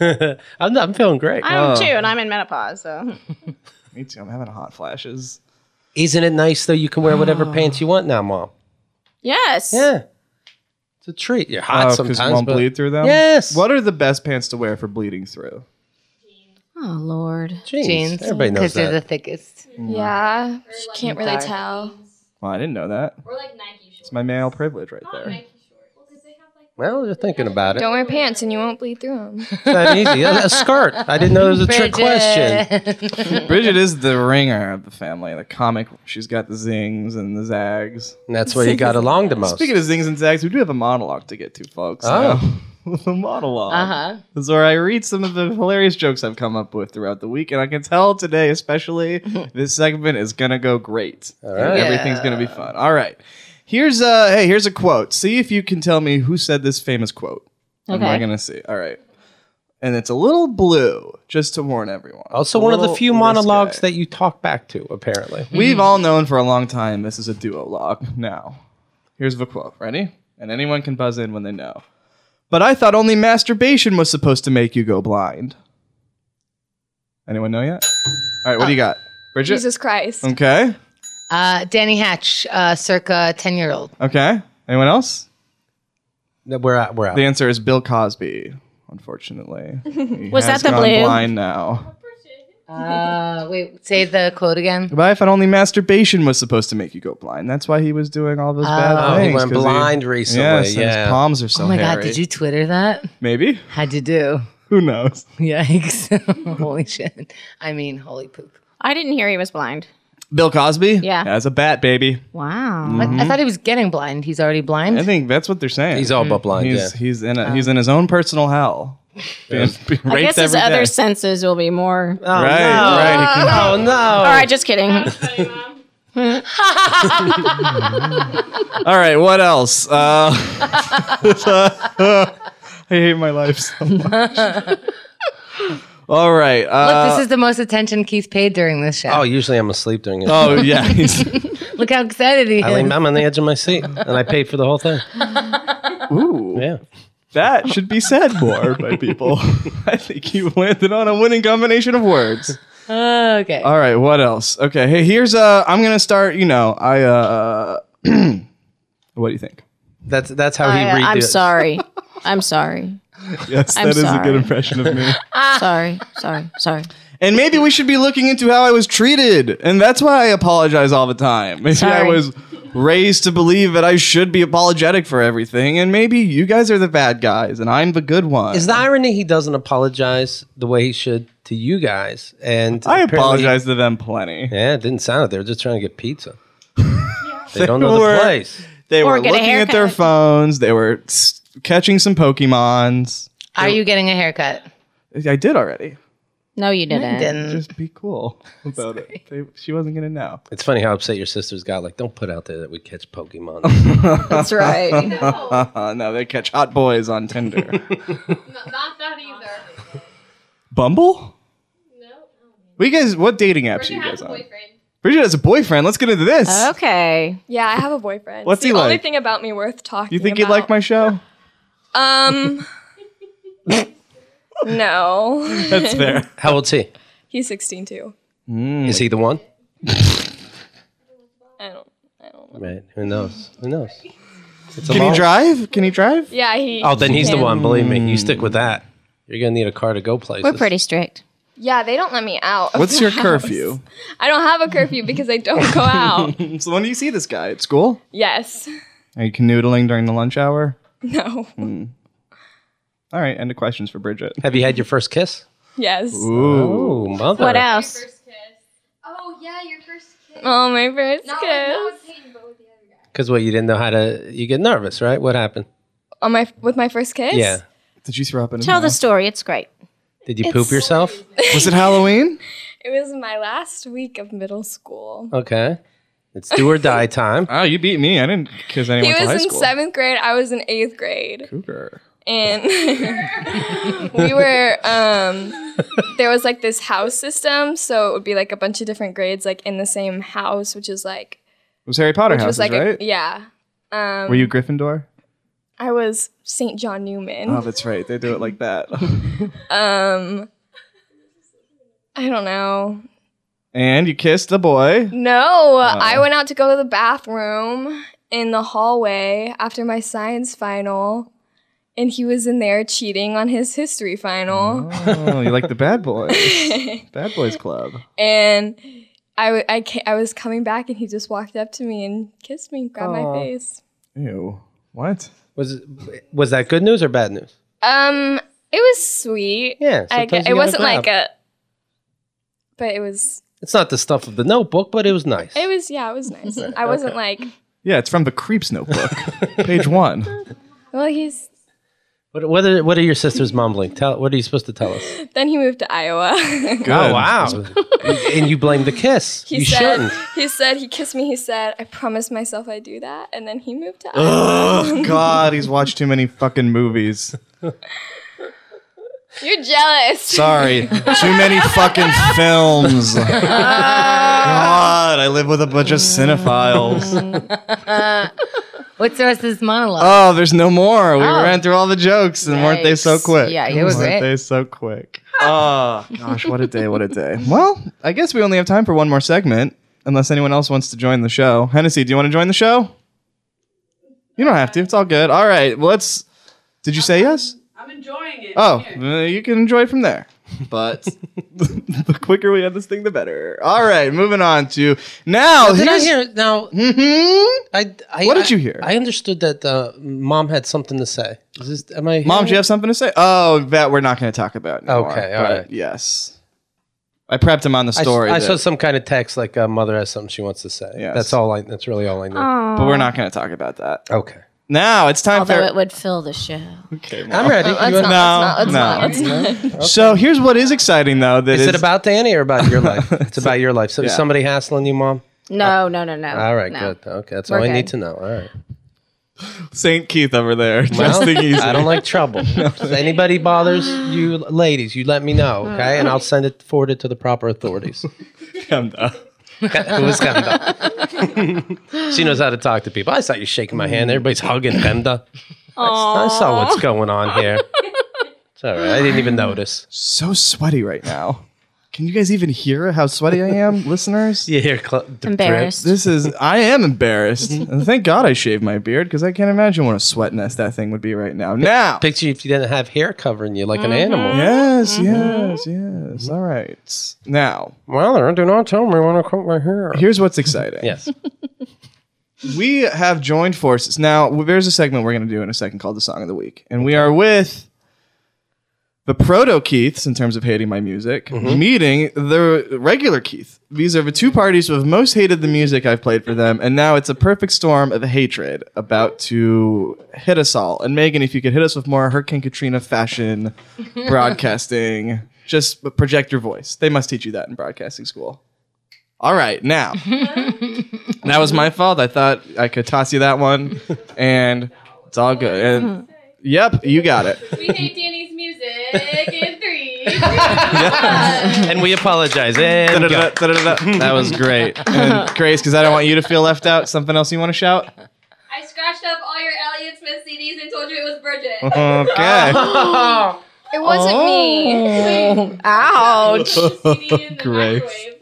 Speaker 2: (laughs) I'm, I'm feeling great.
Speaker 4: I'm too, and I'm in menopause. So (laughs)
Speaker 3: me too. I'm having hot flashes.
Speaker 2: Isn't it nice though? You can wear whatever
Speaker 3: Oh.
Speaker 2: pants you want now, mom.
Speaker 4: yes.
Speaker 2: Yeah, it's a treat. You're hot
Speaker 3: Oh, 'cause
Speaker 2: sometimes.
Speaker 3: you won't
Speaker 2: but-
Speaker 3: bleed through them.
Speaker 2: Yes.
Speaker 3: What are the best pants to wear for bleeding through?
Speaker 4: Oh Lord.
Speaker 2: Jeans.
Speaker 1: Jeans.
Speaker 2: Everybody knows
Speaker 1: they're the
Speaker 2: that.
Speaker 1: thickest.
Speaker 3: Mm.
Speaker 5: Yeah, you can't really
Speaker 1: Dark.
Speaker 5: tell.
Speaker 3: Well, I didn't know that.
Speaker 8: Or like Nike shorts.
Speaker 3: It's my male privilege right there.
Speaker 8: Nike shorts. Well, 'cause they have like
Speaker 2: well, you're thinking about it.
Speaker 5: Don't wear pants and you won't bleed
Speaker 3: (laughs)
Speaker 5: through them.
Speaker 2: It's that easy. A, a skirt. I didn't know it was a trick question.
Speaker 1: (laughs)
Speaker 2: (laughs)
Speaker 3: Bridget is the ringer of the family, the comic. She's got the zings and the zags.
Speaker 2: And that's where you got along the most.
Speaker 3: Speaking of zings and zags, we do have a monologue to get to, folks.
Speaker 2: Oh.
Speaker 3: Now, (laughs) the monologue
Speaker 1: Uh
Speaker 8: Uh-huh.
Speaker 1: huh.
Speaker 3: is where I read some of the hilarious jokes I've come up with throughout the week, and I can tell
Speaker 2: (laughs)
Speaker 3: today, especially, this segment is gonna go great.
Speaker 2: All right.
Speaker 3: Everything's gonna be fun. All right, here's a hey, here's a quote. See if you can tell me who said this famous quote. And we're
Speaker 4: Okay.
Speaker 3: gonna see. All right, and it's a little blue, just to warn everyone.
Speaker 2: also,
Speaker 3: A
Speaker 2: one of the
Speaker 3: little
Speaker 2: few monologues
Speaker 3: risque.
Speaker 2: that you talk back to, apparently.
Speaker 3: (laughs)
Speaker 1: Hmm.
Speaker 3: We've all known for a long time this is a duologue. Now, here's the quote. Ready? And anyone can buzz in when they know. But I thought only masturbation was supposed to make you go blind. Anyone know yet? All right, what do you got? Bridget?
Speaker 5: Jesus Christ.
Speaker 3: Okay.
Speaker 1: Uh, Danny Hatch, uh, circa ten year old.
Speaker 3: Okay. Anyone else?
Speaker 2: No, We're out. We're out.
Speaker 3: The answer is Bill Cosby,
Speaker 1: (laughs)
Speaker 3: unfortunately. He
Speaker 4: Was
Speaker 3: has
Speaker 4: that the
Speaker 3: gone
Speaker 4: blue?
Speaker 3: blind now.
Speaker 1: Uh, wait, say the quote again.
Speaker 3: But I thought only masturbation was supposed to make you go blind. That's why he was doing all those bad
Speaker 2: Oh,
Speaker 3: things.
Speaker 2: he went
Speaker 3: 'cause
Speaker 2: blind recently.
Speaker 3: Yes, and
Speaker 2: yeah.
Speaker 3: his palms are so
Speaker 1: Oh my
Speaker 3: hairy.
Speaker 1: God, did you Twitter that?
Speaker 3: Maybe.
Speaker 1: How'd you do? (laughs)
Speaker 3: Who knows?
Speaker 1: Yikes. (laughs) holy shit. I mean, holy poop.
Speaker 4: I didn't hear he was blind.
Speaker 3: Bill Cosby?
Speaker 4: Yeah.
Speaker 3: As a bat, baby.
Speaker 4: Wow.
Speaker 1: But
Speaker 3: Mm-hmm.
Speaker 1: I thought he was getting blind. He's already blind.
Speaker 3: I think that's what they're saying.
Speaker 2: He's all but blind.
Speaker 3: he's,
Speaker 2: yeah.
Speaker 3: he's in a, he's in his own personal hell. Being, being (laughs)
Speaker 4: I
Speaker 3: raped
Speaker 4: guess his
Speaker 3: every
Speaker 4: other
Speaker 3: day.
Speaker 4: senses will be more.
Speaker 2: Oh,
Speaker 3: Right, right.
Speaker 2: no. Oh, no.
Speaker 4: All right, just kidding.
Speaker 3: (laughs) All right, what else? Uh, (laughs) I hate my life so much. (laughs) All right. Uh,
Speaker 1: Look, this is the most attention Keith paid during this show.
Speaker 2: Oh, usually I'm asleep during it.
Speaker 3: oh yeah, he's-
Speaker 1: Look how excited he is.
Speaker 2: I lean, I'm on the edge of my seat, and I paid for the whole
Speaker 4: (laughs)
Speaker 2: thing.
Speaker 3: ooh,
Speaker 2: Yeah.
Speaker 3: (laughs) that should be said more by people. (laughs) I think you landed on a winning combination of words.
Speaker 1: Oh, okay.
Speaker 3: All right, what else? Okay, hey, here's uh, I'm gonna start. You know, I uh, (clears throat) what do you think?
Speaker 2: That's that's how he
Speaker 4: I, uh,
Speaker 2: reads.
Speaker 4: I'm sorry. I'm sorry.
Speaker 3: Yes,
Speaker 4: I'm
Speaker 3: that is a
Speaker 4: sorry.
Speaker 3: good impression of me.
Speaker 4: Ah. Sorry. Sorry. Sorry.
Speaker 3: (laughs) And maybe we should be looking into how I was treated. And that's why I apologize all the time. Maybe I
Speaker 4: Sorry.
Speaker 3: was raised to believe that I should be apologetic for everything. And maybe you guys are the bad guys and I'm the good one.
Speaker 2: Is the irony he doesn't apologize the way he should to you guys? And
Speaker 3: I
Speaker 2: apparently-
Speaker 3: apologize to them plenty.
Speaker 2: Yeah, it didn't sound it. They were just trying to get
Speaker 3: (laughs)
Speaker 2: pizza. They don't know
Speaker 3: were-
Speaker 2: the place.
Speaker 3: They
Speaker 4: Or
Speaker 3: were
Speaker 4: get a
Speaker 3: looking at their
Speaker 4: haircut.
Speaker 3: phones, they were s- catching some Pokemons.
Speaker 1: Are you getting a haircut?
Speaker 3: I did already.
Speaker 4: No, you didn't.
Speaker 1: Didn't.
Speaker 3: Just be (laughs) cool about it. They, she wasn't going to know.
Speaker 2: It's funny how upset your sisters got. Like, don't put out there that we catch Pokemon. (laughs)
Speaker 4: That's right.
Speaker 3: Oh. no, Uh-huh, they catch hot boys on (laughs) Tinder.
Speaker 5: N- not that either.
Speaker 3: Bumble?
Speaker 5: No.
Speaker 3: We guys, what dating apps are
Speaker 5: Bridget
Speaker 3: you
Speaker 5: has
Speaker 3: guys
Speaker 5: a
Speaker 3: on?
Speaker 5: boyfriend.
Speaker 3: Bridget has a boyfriend. Let's get into this.
Speaker 4: (laughs) okay.
Speaker 6: Yeah, I have a boyfriend.
Speaker 3: What's
Speaker 6: It's
Speaker 3: he
Speaker 6: the only
Speaker 3: like?
Speaker 6: thing about me worth talking.
Speaker 3: You think
Speaker 6: about.
Speaker 3: you'd like my
Speaker 6: (laughs)
Speaker 3: show? (laughs)
Speaker 6: Um. no, (laughs)
Speaker 3: That's fair.
Speaker 2: how old's he?
Speaker 6: he's sixteen too.
Speaker 2: Is he the one?
Speaker 6: I don't. I don't. Know.
Speaker 2: Right. Who knows? Who knows? It's a
Speaker 3: (laughs) Can he
Speaker 2: long-
Speaker 3: drive? Can he (laughs) drive?
Speaker 6: Yeah, he.
Speaker 2: Oh, then he's the one. Believe me, you stick with that. You're gonna need a car to go places.
Speaker 4: We're pretty strict.
Speaker 6: Yeah, they don't let me out. of
Speaker 3: What's
Speaker 6: the
Speaker 3: your
Speaker 6: house.
Speaker 3: curfew? (laughs)
Speaker 6: I don't have a curfew because I don't go out.
Speaker 3: So when do you see this guy at school?
Speaker 6: yes. (laughs)
Speaker 3: Are you canoodling during the lunch hour?
Speaker 6: No.
Speaker 3: All right, end of questions for Bridget.
Speaker 2: Have you had your first kiss?
Speaker 6: Yes.
Speaker 3: Ooh.
Speaker 2: Oh, mother.
Speaker 4: What else?
Speaker 5: First kiss. Oh yeah, your first kiss.
Speaker 6: Oh, my first
Speaker 5: Not with- not with
Speaker 6: kiss.
Speaker 5: Peyton, but with the other guy.
Speaker 2: Because what you didn't know how to, you get nervous, right? What happened?
Speaker 6: On my with my first kiss.
Speaker 2: Yeah.
Speaker 3: Did you throw up in his
Speaker 4: Tell the
Speaker 3: mouth?
Speaker 4: story. It's great.
Speaker 2: Did you poop yourself?
Speaker 3: Was it Halloween?
Speaker 6: It was my last week of middle school.
Speaker 2: Okay. It's do or
Speaker 4: (laughs)
Speaker 2: die time.
Speaker 3: Oh, you beat me. I didn't kiss anyone
Speaker 6: He
Speaker 3: till high
Speaker 6: was in
Speaker 3: school.
Speaker 6: seventh grade. I was in eighth grade.
Speaker 3: Cougar. (laughs)
Speaker 6: and we were um there was like this house system so it would be like a bunch of different grades like in the same house which is like
Speaker 3: It was Harry Potter
Speaker 6: which
Speaker 3: houses,
Speaker 6: was like
Speaker 3: right?
Speaker 6: a, yeah um
Speaker 3: Were you
Speaker 6: (laughs)
Speaker 3: Gryffindor?
Speaker 6: i was saint john newman
Speaker 3: Oh, that's right. They do it like that. (laughs) Oh.
Speaker 6: um i don't know
Speaker 3: and you kissed the boy.
Speaker 6: no
Speaker 2: Oh.
Speaker 6: i went out to go to the bathroom in the hallway after my science final and he was in there cheating on his history final
Speaker 2: Uh-huh.
Speaker 3: Oh, you like the bad
Speaker 6: (laughs)
Speaker 3: boys. Bad boys club.
Speaker 6: and I, w- I, ca- I was coming back and he just walked up to me and kissed me grabbed
Speaker 2: Aw.
Speaker 6: my face
Speaker 3: Ew. What?
Speaker 2: Was was that good news or bad news?
Speaker 6: um it was sweet
Speaker 2: Yeah,
Speaker 6: I gu-
Speaker 2: sometimes you
Speaker 6: it
Speaker 2: gotta
Speaker 6: wasn't
Speaker 2: grab.
Speaker 6: like a but it was
Speaker 2: It's not the stuff of the notebook, but it was nice.
Speaker 6: it was yeah it was
Speaker 2: (laughs)
Speaker 6: nice i wasn't like
Speaker 3: Yeah, it's from the Creeps
Speaker 6: (laughs)
Speaker 3: Notebook, page one.
Speaker 6: well he's
Speaker 2: What, what, are, what are your sisters mumbling? Tell. What are you supposed to tell us?
Speaker 6: then he moved to iowa (laughs)
Speaker 3: Good.
Speaker 2: Oh wow! (laughs) and you blame the (laughs) kiss.
Speaker 6: he
Speaker 2: you
Speaker 6: said
Speaker 2: shouldn't.
Speaker 6: he said he kissed me he said i promised myself i'd do that and then he moved to iowa
Speaker 3: Oh God, he's watched too many fucking movies.
Speaker 6: you're jealous
Speaker 3: Sorry, too many fucking
Speaker 6: (laughs)
Speaker 3: films. God, I live with a bunch of cinephiles.
Speaker 1: What's the rest of this monologue?
Speaker 3: Oh, there's no more. We ran through all the jokes, and weren't they so
Speaker 4: Oh. Yikes.
Speaker 3: quick?
Speaker 4: Yeah,
Speaker 1: They were
Speaker 3: weren't
Speaker 1: great.
Speaker 3: they so
Speaker 4: (laughs)
Speaker 3: quick? Oh gosh, what a day! What a day. Well, I guess we only have time for one more segment, unless anyone else wants to join the show. Hennessy, do you want to join the show? You don't have to. It's all good. All right. Well, let's. Did you say yes?
Speaker 9: I'm enjoying it.
Speaker 3: Oh, uh, you can enjoy it from there. (laughs) But the quicker we have this thing, the better. All right, moving on to now.
Speaker 2: Did I
Speaker 3: here's-
Speaker 2: hear? Now,
Speaker 3: Mhm.
Speaker 2: I, I.
Speaker 3: Oh, What did
Speaker 2: I-
Speaker 3: you hear?
Speaker 2: I understood that uh, mom had something to say. Is this? Am I?
Speaker 3: Mom,
Speaker 2: hearing
Speaker 3: do you have something to say? Oh, that we're not going to talk about. Anymore,
Speaker 2: Okay, all
Speaker 3: all right.
Speaker 2: right.
Speaker 3: Yes, I prepped him on the
Speaker 2: I s-
Speaker 3: story,
Speaker 2: I,
Speaker 3: that-
Speaker 2: saw some kind of text like uh, mother has something she wants to say.
Speaker 3: Yes.
Speaker 2: That's all I. That's really all I knew.
Speaker 3: but we're not going to talk about that.
Speaker 2: okay.
Speaker 3: Now it's time
Speaker 4: Although
Speaker 3: for.
Speaker 4: it would fill the show.
Speaker 3: okay, well.
Speaker 2: I'm ready.
Speaker 6: Let's
Speaker 2: You
Speaker 6: not.
Speaker 2: want-
Speaker 6: let's not. Let's
Speaker 3: No,
Speaker 6: not. Let's
Speaker 2: (laughs)
Speaker 6: not.
Speaker 3: So here's what is exciting though. That
Speaker 2: Is it about Danny or about
Speaker 3: (laughs)
Speaker 2: your life? It's about your life. So is
Speaker 3: Yeah.
Speaker 2: somebody hassling you, mom?
Speaker 4: No, no, no, no.
Speaker 2: All right,
Speaker 4: no.
Speaker 2: good. Okay, that's
Speaker 4: We're
Speaker 2: all I need
Speaker 4: good.
Speaker 2: to know. All right.
Speaker 3: Saint Keith over there?
Speaker 2: Well,
Speaker 3: Just think easy.
Speaker 2: I don't
Speaker 3: (laughs)
Speaker 2: like trouble. if anybody bothers you, ladies, you let me know, okay? And I'll send it forward it to the proper
Speaker 3: (laughs)
Speaker 2: authorities.
Speaker 3: Come though.
Speaker 2: Who's Kenda? (laughs) she knows how to talk to people. I saw you shaking my hand. Everybody's hugging Kenda. I saw what's going on here. It's all right. I didn't even notice.
Speaker 3: (laughs) So sweaty right now. Can you guys even hear how sweaty I
Speaker 2: (laughs)
Speaker 3: am, listeners?
Speaker 2: You hear cl- the
Speaker 4: Embarrassed.
Speaker 3: This is. I
Speaker 2: (laughs)
Speaker 3: am embarrassed. and thank God I shaved my beard because I can't imagine what a sweat nest that thing would be right now. Now.
Speaker 2: drip? Picture if you didn't have hair covering you like an animal.
Speaker 3: Yes, yes, yes. All right. Now,
Speaker 2: Well, they do not tell me when I comb my hair.
Speaker 3: here's what's exciting.
Speaker 2: Yes.
Speaker 3: We have joined forces. Now, there's a segment we're going to do in a second called the Song of the Week. And we are with the proto Keiths, in terms of hating my music, meeting the regular Keith. These are the two parties who have most hated the music I've played for them. And now it's a perfect storm of hatred about to hit us all. And Megan, if you could hit us with more Hurricane Katrina fashion, broadcasting, just project your voice. They must teach you that in broadcasting school. All right, now. That was my fault. I thought I could toss you that (laughs) one, and it's all good. And yep, you got (laughs) it.
Speaker 5: We hate Danny's music
Speaker 3: (laughs)
Speaker 5: in three.
Speaker 2: and we apologize. And go.
Speaker 3: Da-da-da, da-da-da. That was great, (laughs) and Grace. Because I don't want you to feel left out. Something else you want to shout?
Speaker 8: I scratched up all your Elliott Smith CDs and told you it was Bridget.
Speaker 4: (laughs)
Speaker 3: Okay.
Speaker 4: Oh.
Speaker 6: It wasn't me.
Speaker 5: (laughs)
Speaker 4: Ouch.
Speaker 5: CD in the
Speaker 3: Grace.
Speaker 5: microwave.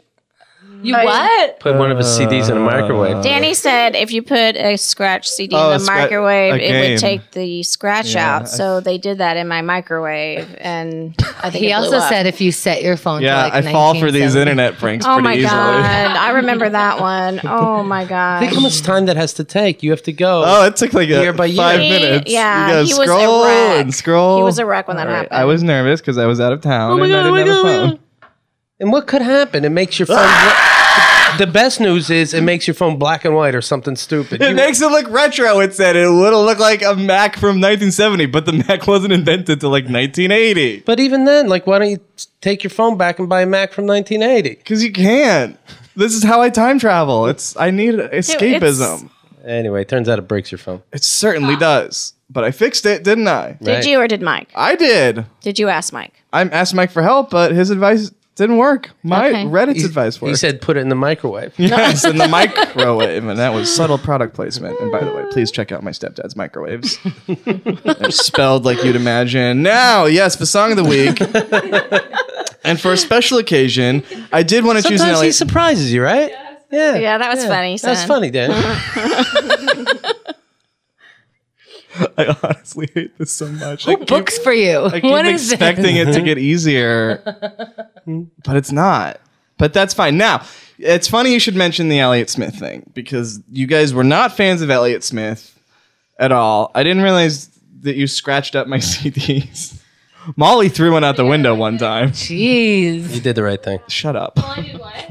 Speaker 4: You what?
Speaker 2: Put one of his CDs in a microwave.
Speaker 4: Danny said if you put a scratch CD
Speaker 3: Oh,
Speaker 4: in the
Speaker 3: scra-
Speaker 4: microwave,
Speaker 3: a
Speaker 4: it
Speaker 3: game.
Speaker 4: would take the scratch
Speaker 3: Yeah, I-
Speaker 4: out. So they did that in my microwave, and I think
Speaker 1: He
Speaker 4: it blew
Speaker 1: also
Speaker 4: up.
Speaker 1: said if you set your phone
Speaker 3: Yeah,
Speaker 1: to like
Speaker 3: I fall for these
Speaker 1: 1970.
Speaker 3: internet pranks
Speaker 4: "Oh
Speaker 3: pretty
Speaker 4: my
Speaker 3: easily.
Speaker 4: god, I remember that one. Oh my god."
Speaker 2: Think how much time that has to take. You have to go.
Speaker 3: (laughs) Oh, it took like a
Speaker 2: Year by year.
Speaker 3: five
Speaker 4: He-
Speaker 3: minutes.
Speaker 4: yeah,
Speaker 3: you gotta
Speaker 4: he was a
Speaker 3: scroll
Speaker 4: wreck.
Speaker 3: and scroll.
Speaker 4: He was a wreck when that
Speaker 3: All right,
Speaker 4: happened. Oh
Speaker 3: I was nervous because I was out of town and I didn't have a phone.
Speaker 2: And what could happen? It makes your
Speaker 3: (laughs)
Speaker 2: phone. the best news is it makes your phone black and white or something stupid.
Speaker 3: It
Speaker 2: You-
Speaker 3: makes it look retro. It said it would have looked like a Mac from 1970, but the Mac wasn't invented till like 1980.
Speaker 2: but even then, like, why don't you s- take your phone back and buy a Mac from 1980?
Speaker 3: Because you can't. This is how I time travel. It's I need escapism.
Speaker 4: escapism.
Speaker 2: Anyway, it turns out it breaks your phone.
Speaker 3: it certainly does. But I fixed it, didn't I?
Speaker 4: Did
Speaker 2: Right.
Speaker 4: you or did Mike?
Speaker 3: I did.
Speaker 4: Did you ask Mike?
Speaker 3: I asked Mike for help, but his advice didn't work. My
Speaker 4: Okay.
Speaker 3: Reddit's
Speaker 2: He-
Speaker 3: advice worked.
Speaker 2: He said, put it in the microwave.
Speaker 3: yes, in the (laughs) microwave, and that was subtle product placement. And by the way, please check out my stepdad's microwaves.
Speaker 2: (laughs)
Speaker 3: They're spelled like you'd imagine. Now, yes, the song of the week. and for a special occasion, I did want to choose an
Speaker 2: Sometimes he
Speaker 3: Elliott.
Speaker 2: surprises you, right? Yeah.
Speaker 4: Yeah, that was funny. Son.
Speaker 2: That's funny,
Speaker 4: (laughs)
Speaker 2: Dan.
Speaker 3: (laughs) I honestly hate this so much. I keep-
Speaker 1: Books for you.
Speaker 3: I keep
Speaker 1: What is this?
Speaker 3: expecting it to
Speaker 1: (laughs)
Speaker 3: get easier, but it's not. But that's fine. Now, it's funny you should mention the Elliott Smith thing because you guys were not fans of Elliott Smith at all. I didn't realize that you scratched up my (laughs) CDs. Molly threw one out the window one time.
Speaker 1: Jeez.
Speaker 2: you did the right thing.
Speaker 3: Shut up.
Speaker 5: I
Speaker 3: (laughs)
Speaker 5: did what?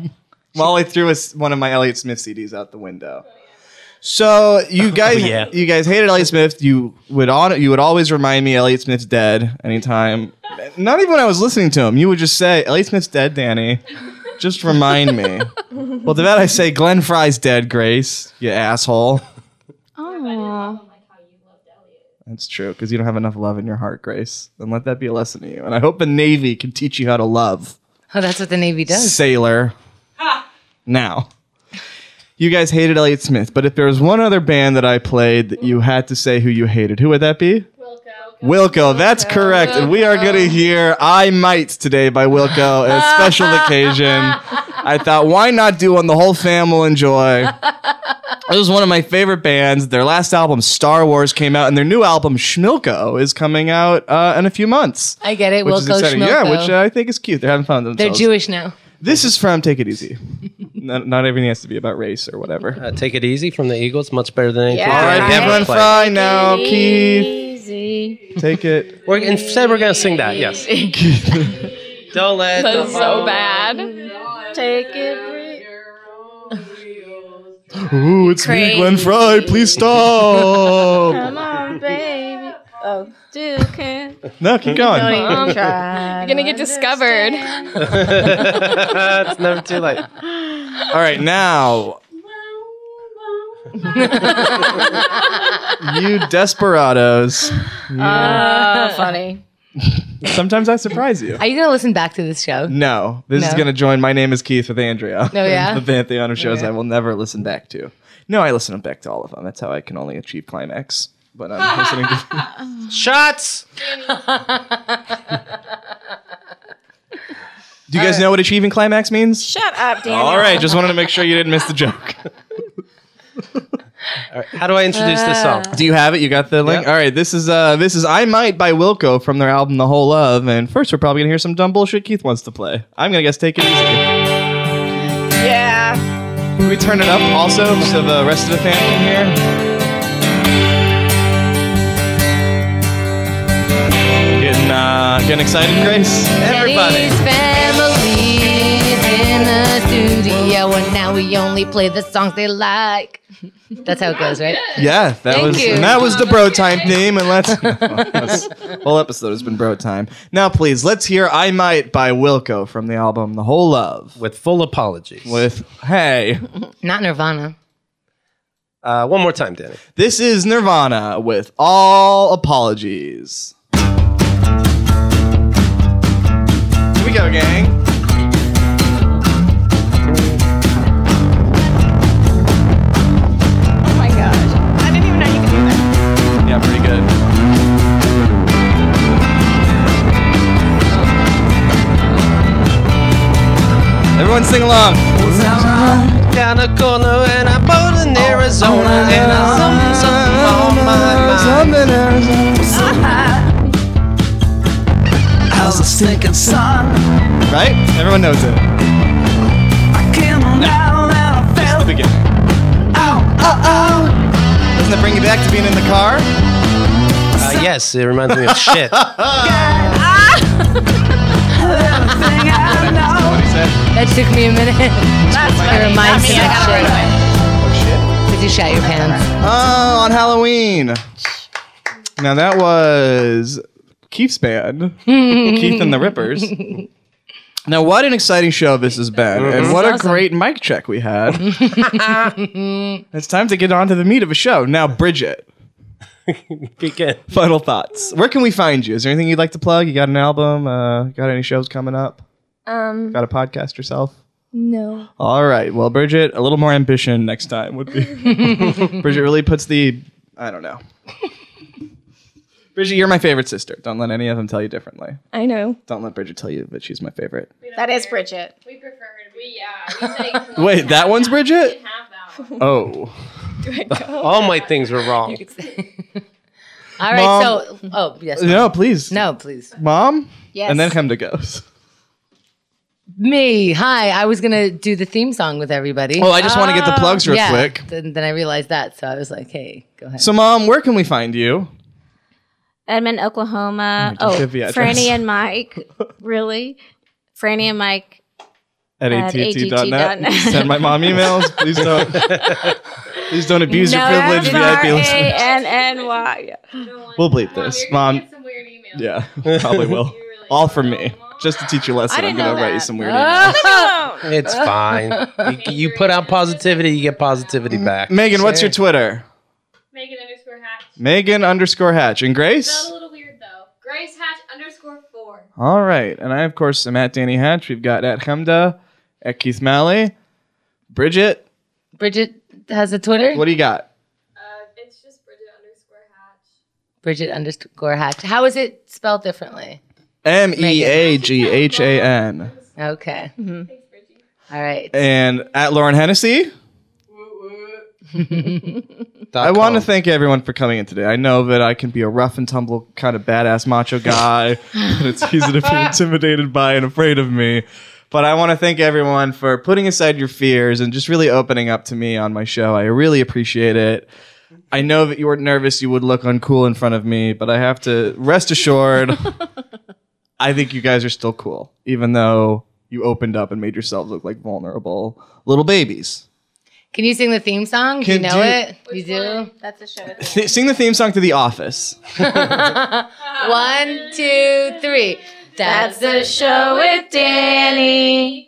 Speaker 3: Molly threw us one of my Elliott Smith CDs out the window.
Speaker 5: Oh,
Speaker 3: So you guys,
Speaker 2: yeah.
Speaker 3: you guys hated Elliott Smith. You would on, you would always remind me Elliott Smith's dead anytime. Not even when I was listening to him, you would just say Elliott Smith's dead,
Speaker 5: (laughs)
Speaker 3: Danny. Just remind me. well, to that I say Glenn Fry's dead, Grace. You asshole.
Speaker 4: Oh.
Speaker 3: That's true because you don't have enough love in your heart, Grace. Then let that be a lesson to you. And I hope the Navy can teach you how to love.
Speaker 1: Oh, that's what the Navy does.
Speaker 3: Sailor. Now, you guys hated Elliott Smith, but if there was one other band that I played that you had to say who you hated, who would that be? Wilco. Wilco, that's correct. And we are going to hear I Might today by Wilco, a special
Speaker 1: (laughs)
Speaker 3: occasion. I thought, why not do one the whole fam will enjoy? It was one of my favorite bands. Their last album, Star Wars, came out, and their new album, Schmilko, is coming out uh, in a few months.
Speaker 1: I get it.
Speaker 3: Which
Speaker 1: We'll
Speaker 3: is
Speaker 1: go
Speaker 3: exciting. Yeah, which
Speaker 1: Schmilko.
Speaker 3: uh, I think is cute. They're having fun with
Speaker 1: They're
Speaker 3: themselves.
Speaker 1: Jewish now.
Speaker 3: This is from Take It Easy. (laughs) not, not everything has to be about race or whatever.
Speaker 2: Uh, take it easy from the Eagles. Much better than anything.
Speaker 4: Yeah.
Speaker 3: All
Speaker 2: that
Speaker 3: right,
Speaker 2: I've ever
Speaker 3: everyone,
Speaker 2: played.
Speaker 3: fine now. Keith,
Speaker 4: Easy.
Speaker 3: take it.
Speaker 2: (laughs) We're, instead, we're going to sing that.
Speaker 4: (laughs)
Speaker 2: Yes. Don't let.
Speaker 5: That was so bad.
Speaker 4: Take it.
Speaker 3: Ooh, it's me, Glenn Fry. Please stop. (laughs)
Speaker 4: Come on, baby. Oh, Duke. Don't
Speaker 3: no, keep going.
Speaker 4: even try.
Speaker 5: You're gonna get
Speaker 4: (laughs)
Speaker 5: discovered.
Speaker 2: (laughs) it's never too late.
Speaker 3: All right, now. you desperados.
Speaker 4: Uh, funny.
Speaker 3: Sometimes I surprise you.
Speaker 1: Are you gonna listen back to this show?
Speaker 3: No, this is
Speaker 1: No.
Speaker 3: going to join My Name is Keith with Andrea.
Speaker 1: Oh, yeah?
Speaker 3: (laughs) the pantheon of shows
Speaker 1: Okay.
Speaker 3: I will never listen back to. No, I listen back to all of them. That's how I can only achieve climax. But
Speaker 1: (laughs)
Speaker 3: I'm listening to.
Speaker 2: Shots.
Speaker 3: (laughs) Do you guys know what achieving climax means?
Speaker 4: Shut up, Danny.
Speaker 3: All right, just wanted to make sure you didn't miss the joke.
Speaker 2: All right, how do I introduce this song?
Speaker 3: (laughs)
Speaker 4: Uh.
Speaker 3: Do you have it? You got the link.
Speaker 2: Yep.
Speaker 3: All right, this is uh, this is I might by Wilco from their album The Whole Love. And first, we're probably gonna hear some dumb bullshit Keith wants to play. I'm gonna guess take it easy. Oh.
Speaker 4: Yeah.
Speaker 3: Can we turn it up also so the rest of the fan can hear? Getting uh, getting excited, Grace.
Speaker 1: Everybody's families in the studio, and now we only play the songs they like. That's how it goes, right?
Speaker 3: Yeah, that was
Speaker 1: you.
Speaker 3: and that was the bro time theme, and let's (laughs) this whole episode has been bro time. Now, please let's hear "I Might" by Wilco from the album "The Whole Love"
Speaker 2: With full apologies.
Speaker 3: with "Hey."
Speaker 1: Not Nirvana.
Speaker 2: Uh, one more time, Danny.
Speaker 3: This is Nirvana with all apologies. Here we go, gang.
Speaker 4: Oh my gosh. I didn't even know you could do that.
Speaker 3: Yeah, pretty good. Everyone sing along.
Speaker 2: Down the corner and I bowled in Arizona
Speaker 3: Oh,
Speaker 2: and I something, something on my mind.
Speaker 9: How's the stinking sun?
Speaker 3: Right? Everyone knows it.
Speaker 9: I came down and I
Speaker 3: The
Speaker 9: fell
Speaker 3: beginning.
Speaker 9: out. Oh,
Speaker 3: Doesn't it bring you back to being in the car?
Speaker 2: Uh, yes, it reminds me of shit.
Speaker 9: everything I know.
Speaker 3: What he said.
Speaker 1: That took me a minute. it reminds me of shit.
Speaker 3: Oh, shit.
Speaker 1: Did you shut your pants?
Speaker 3: Oh, on Halloween. Now that was Keith's band, Keith and the Rippers. Now, what an exciting show this has been, and what a great mic check we had. it's time to get on to the meat of a show. Now, Bridget,
Speaker 2: Begin.
Speaker 3: final thoughts. Where can we find you? Is there anything you'd like to plug? You got an album? Uh, got any shows coming up?
Speaker 6: Um,
Speaker 3: Got a podcast yourself?
Speaker 6: no.
Speaker 3: All right. Well, Bridget, a little more ambition next time would
Speaker 6: (laughs)
Speaker 3: be. Bridget really puts the. I don't know. Bridget, you're my favorite sister. Don't let any of them tell you differently.
Speaker 6: I know.
Speaker 3: Don't let Bridget tell you that she's my favorite.
Speaker 4: That is Bridget.
Speaker 5: We prefer it. We yeah. We say have
Speaker 3: Wait, that one's Bridget?
Speaker 5: that one.
Speaker 3: Oh.
Speaker 2: All my things were wrong.
Speaker 1: (laughs) All right,
Speaker 3: Mom.
Speaker 1: so oh yes,
Speaker 3: No, please.
Speaker 1: no, please.
Speaker 3: Mom?
Speaker 4: Yes.
Speaker 3: And then come to Ghost.
Speaker 1: Me, hi. I was gonna do the theme song with everybody.
Speaker 3: Well, I just want to get
Speaker 6: Um,
Speaker 3: the plugs Oh, real quick.
Speaker 1: Then, then I realized that, so I was like, hey, go ahead.
Speaker 3: So, Mom, where can we find you?
Speaker 4: Edmond, Oklahoma.
Speaker 3: Oh,
Speaker 4: Oh,
Speaker 3: give the address.
Speaker 4: Franny and Mike. (laughs) Really? Franny and Mike.
Speaker 3: At,
Speaker 4: At
Speaker 3: att.net.
Speaker 4: att.net.
Speaker 3: Send my mom emails. Please don't. please don't abuse your privilege, VIP listeners.
Speaker 4: V-I-P (laughs)
Speaker 3: We'll bleep this. Mom,
Speaker 5: Some weird email.
Speaker 3: Yeah, probably will. All from me, just to teach you a lesson. I'm gonna write you some weird. emails.
Speaker 4: Oh,
Speaker 2: It's fine. You, you put out positivity, you get positivity back.
Speaker 3: Megan, what's your Twitter?
Speaker 5: Megan underscore hatch.
Speaker 3: Megan underscore Hatch and
Speaker 5: Spelled
Speaker 3: Grace.
Speaker 5: a little weird though. Grace hatch underscore four.
Speaker 3: All right, and I of course am at Danny Hatch. We've got at Hemda, at Keith Malley, Bridget.
Speaker 1: Bridget has a Twitter.
Speaker 3: What do you got?
Speaker 5: Uh, it's just Bridget underscore hatch.
Speaker 1: Bridget underscore Hatch. How is it spelled differently?
Speaker 3: M E A G H A N
Speaker 1: Okay. All right.
Speaker 3: and at Lauren Hennessy. I want to thank everyone for coming in today. I know that I can be a rough and tumble kind of badass macho guy, and it's easy to be intimidated by and afraid of me. But I want to thank everyone for putting aside your fears and just really opening up to me on my show. I really appreciate it. I know that you were nervous you would look uncool in front of me, but I have to rest assured I think you guys are still cool, even though you opened up and made yourselves look like vulnerable little babies.
Speaker 1: Can you sing the theme song? Do you
Speaker 3: Can
Speaker 1: know
Speaker 3: do-
Speaker 1: it? you do?
Speaker 8: That's a show.
Speaker 3: Th- sing the theme song to The Office.
Speaker 1: One, two, three. That's the show with
Speaker 4: Danny.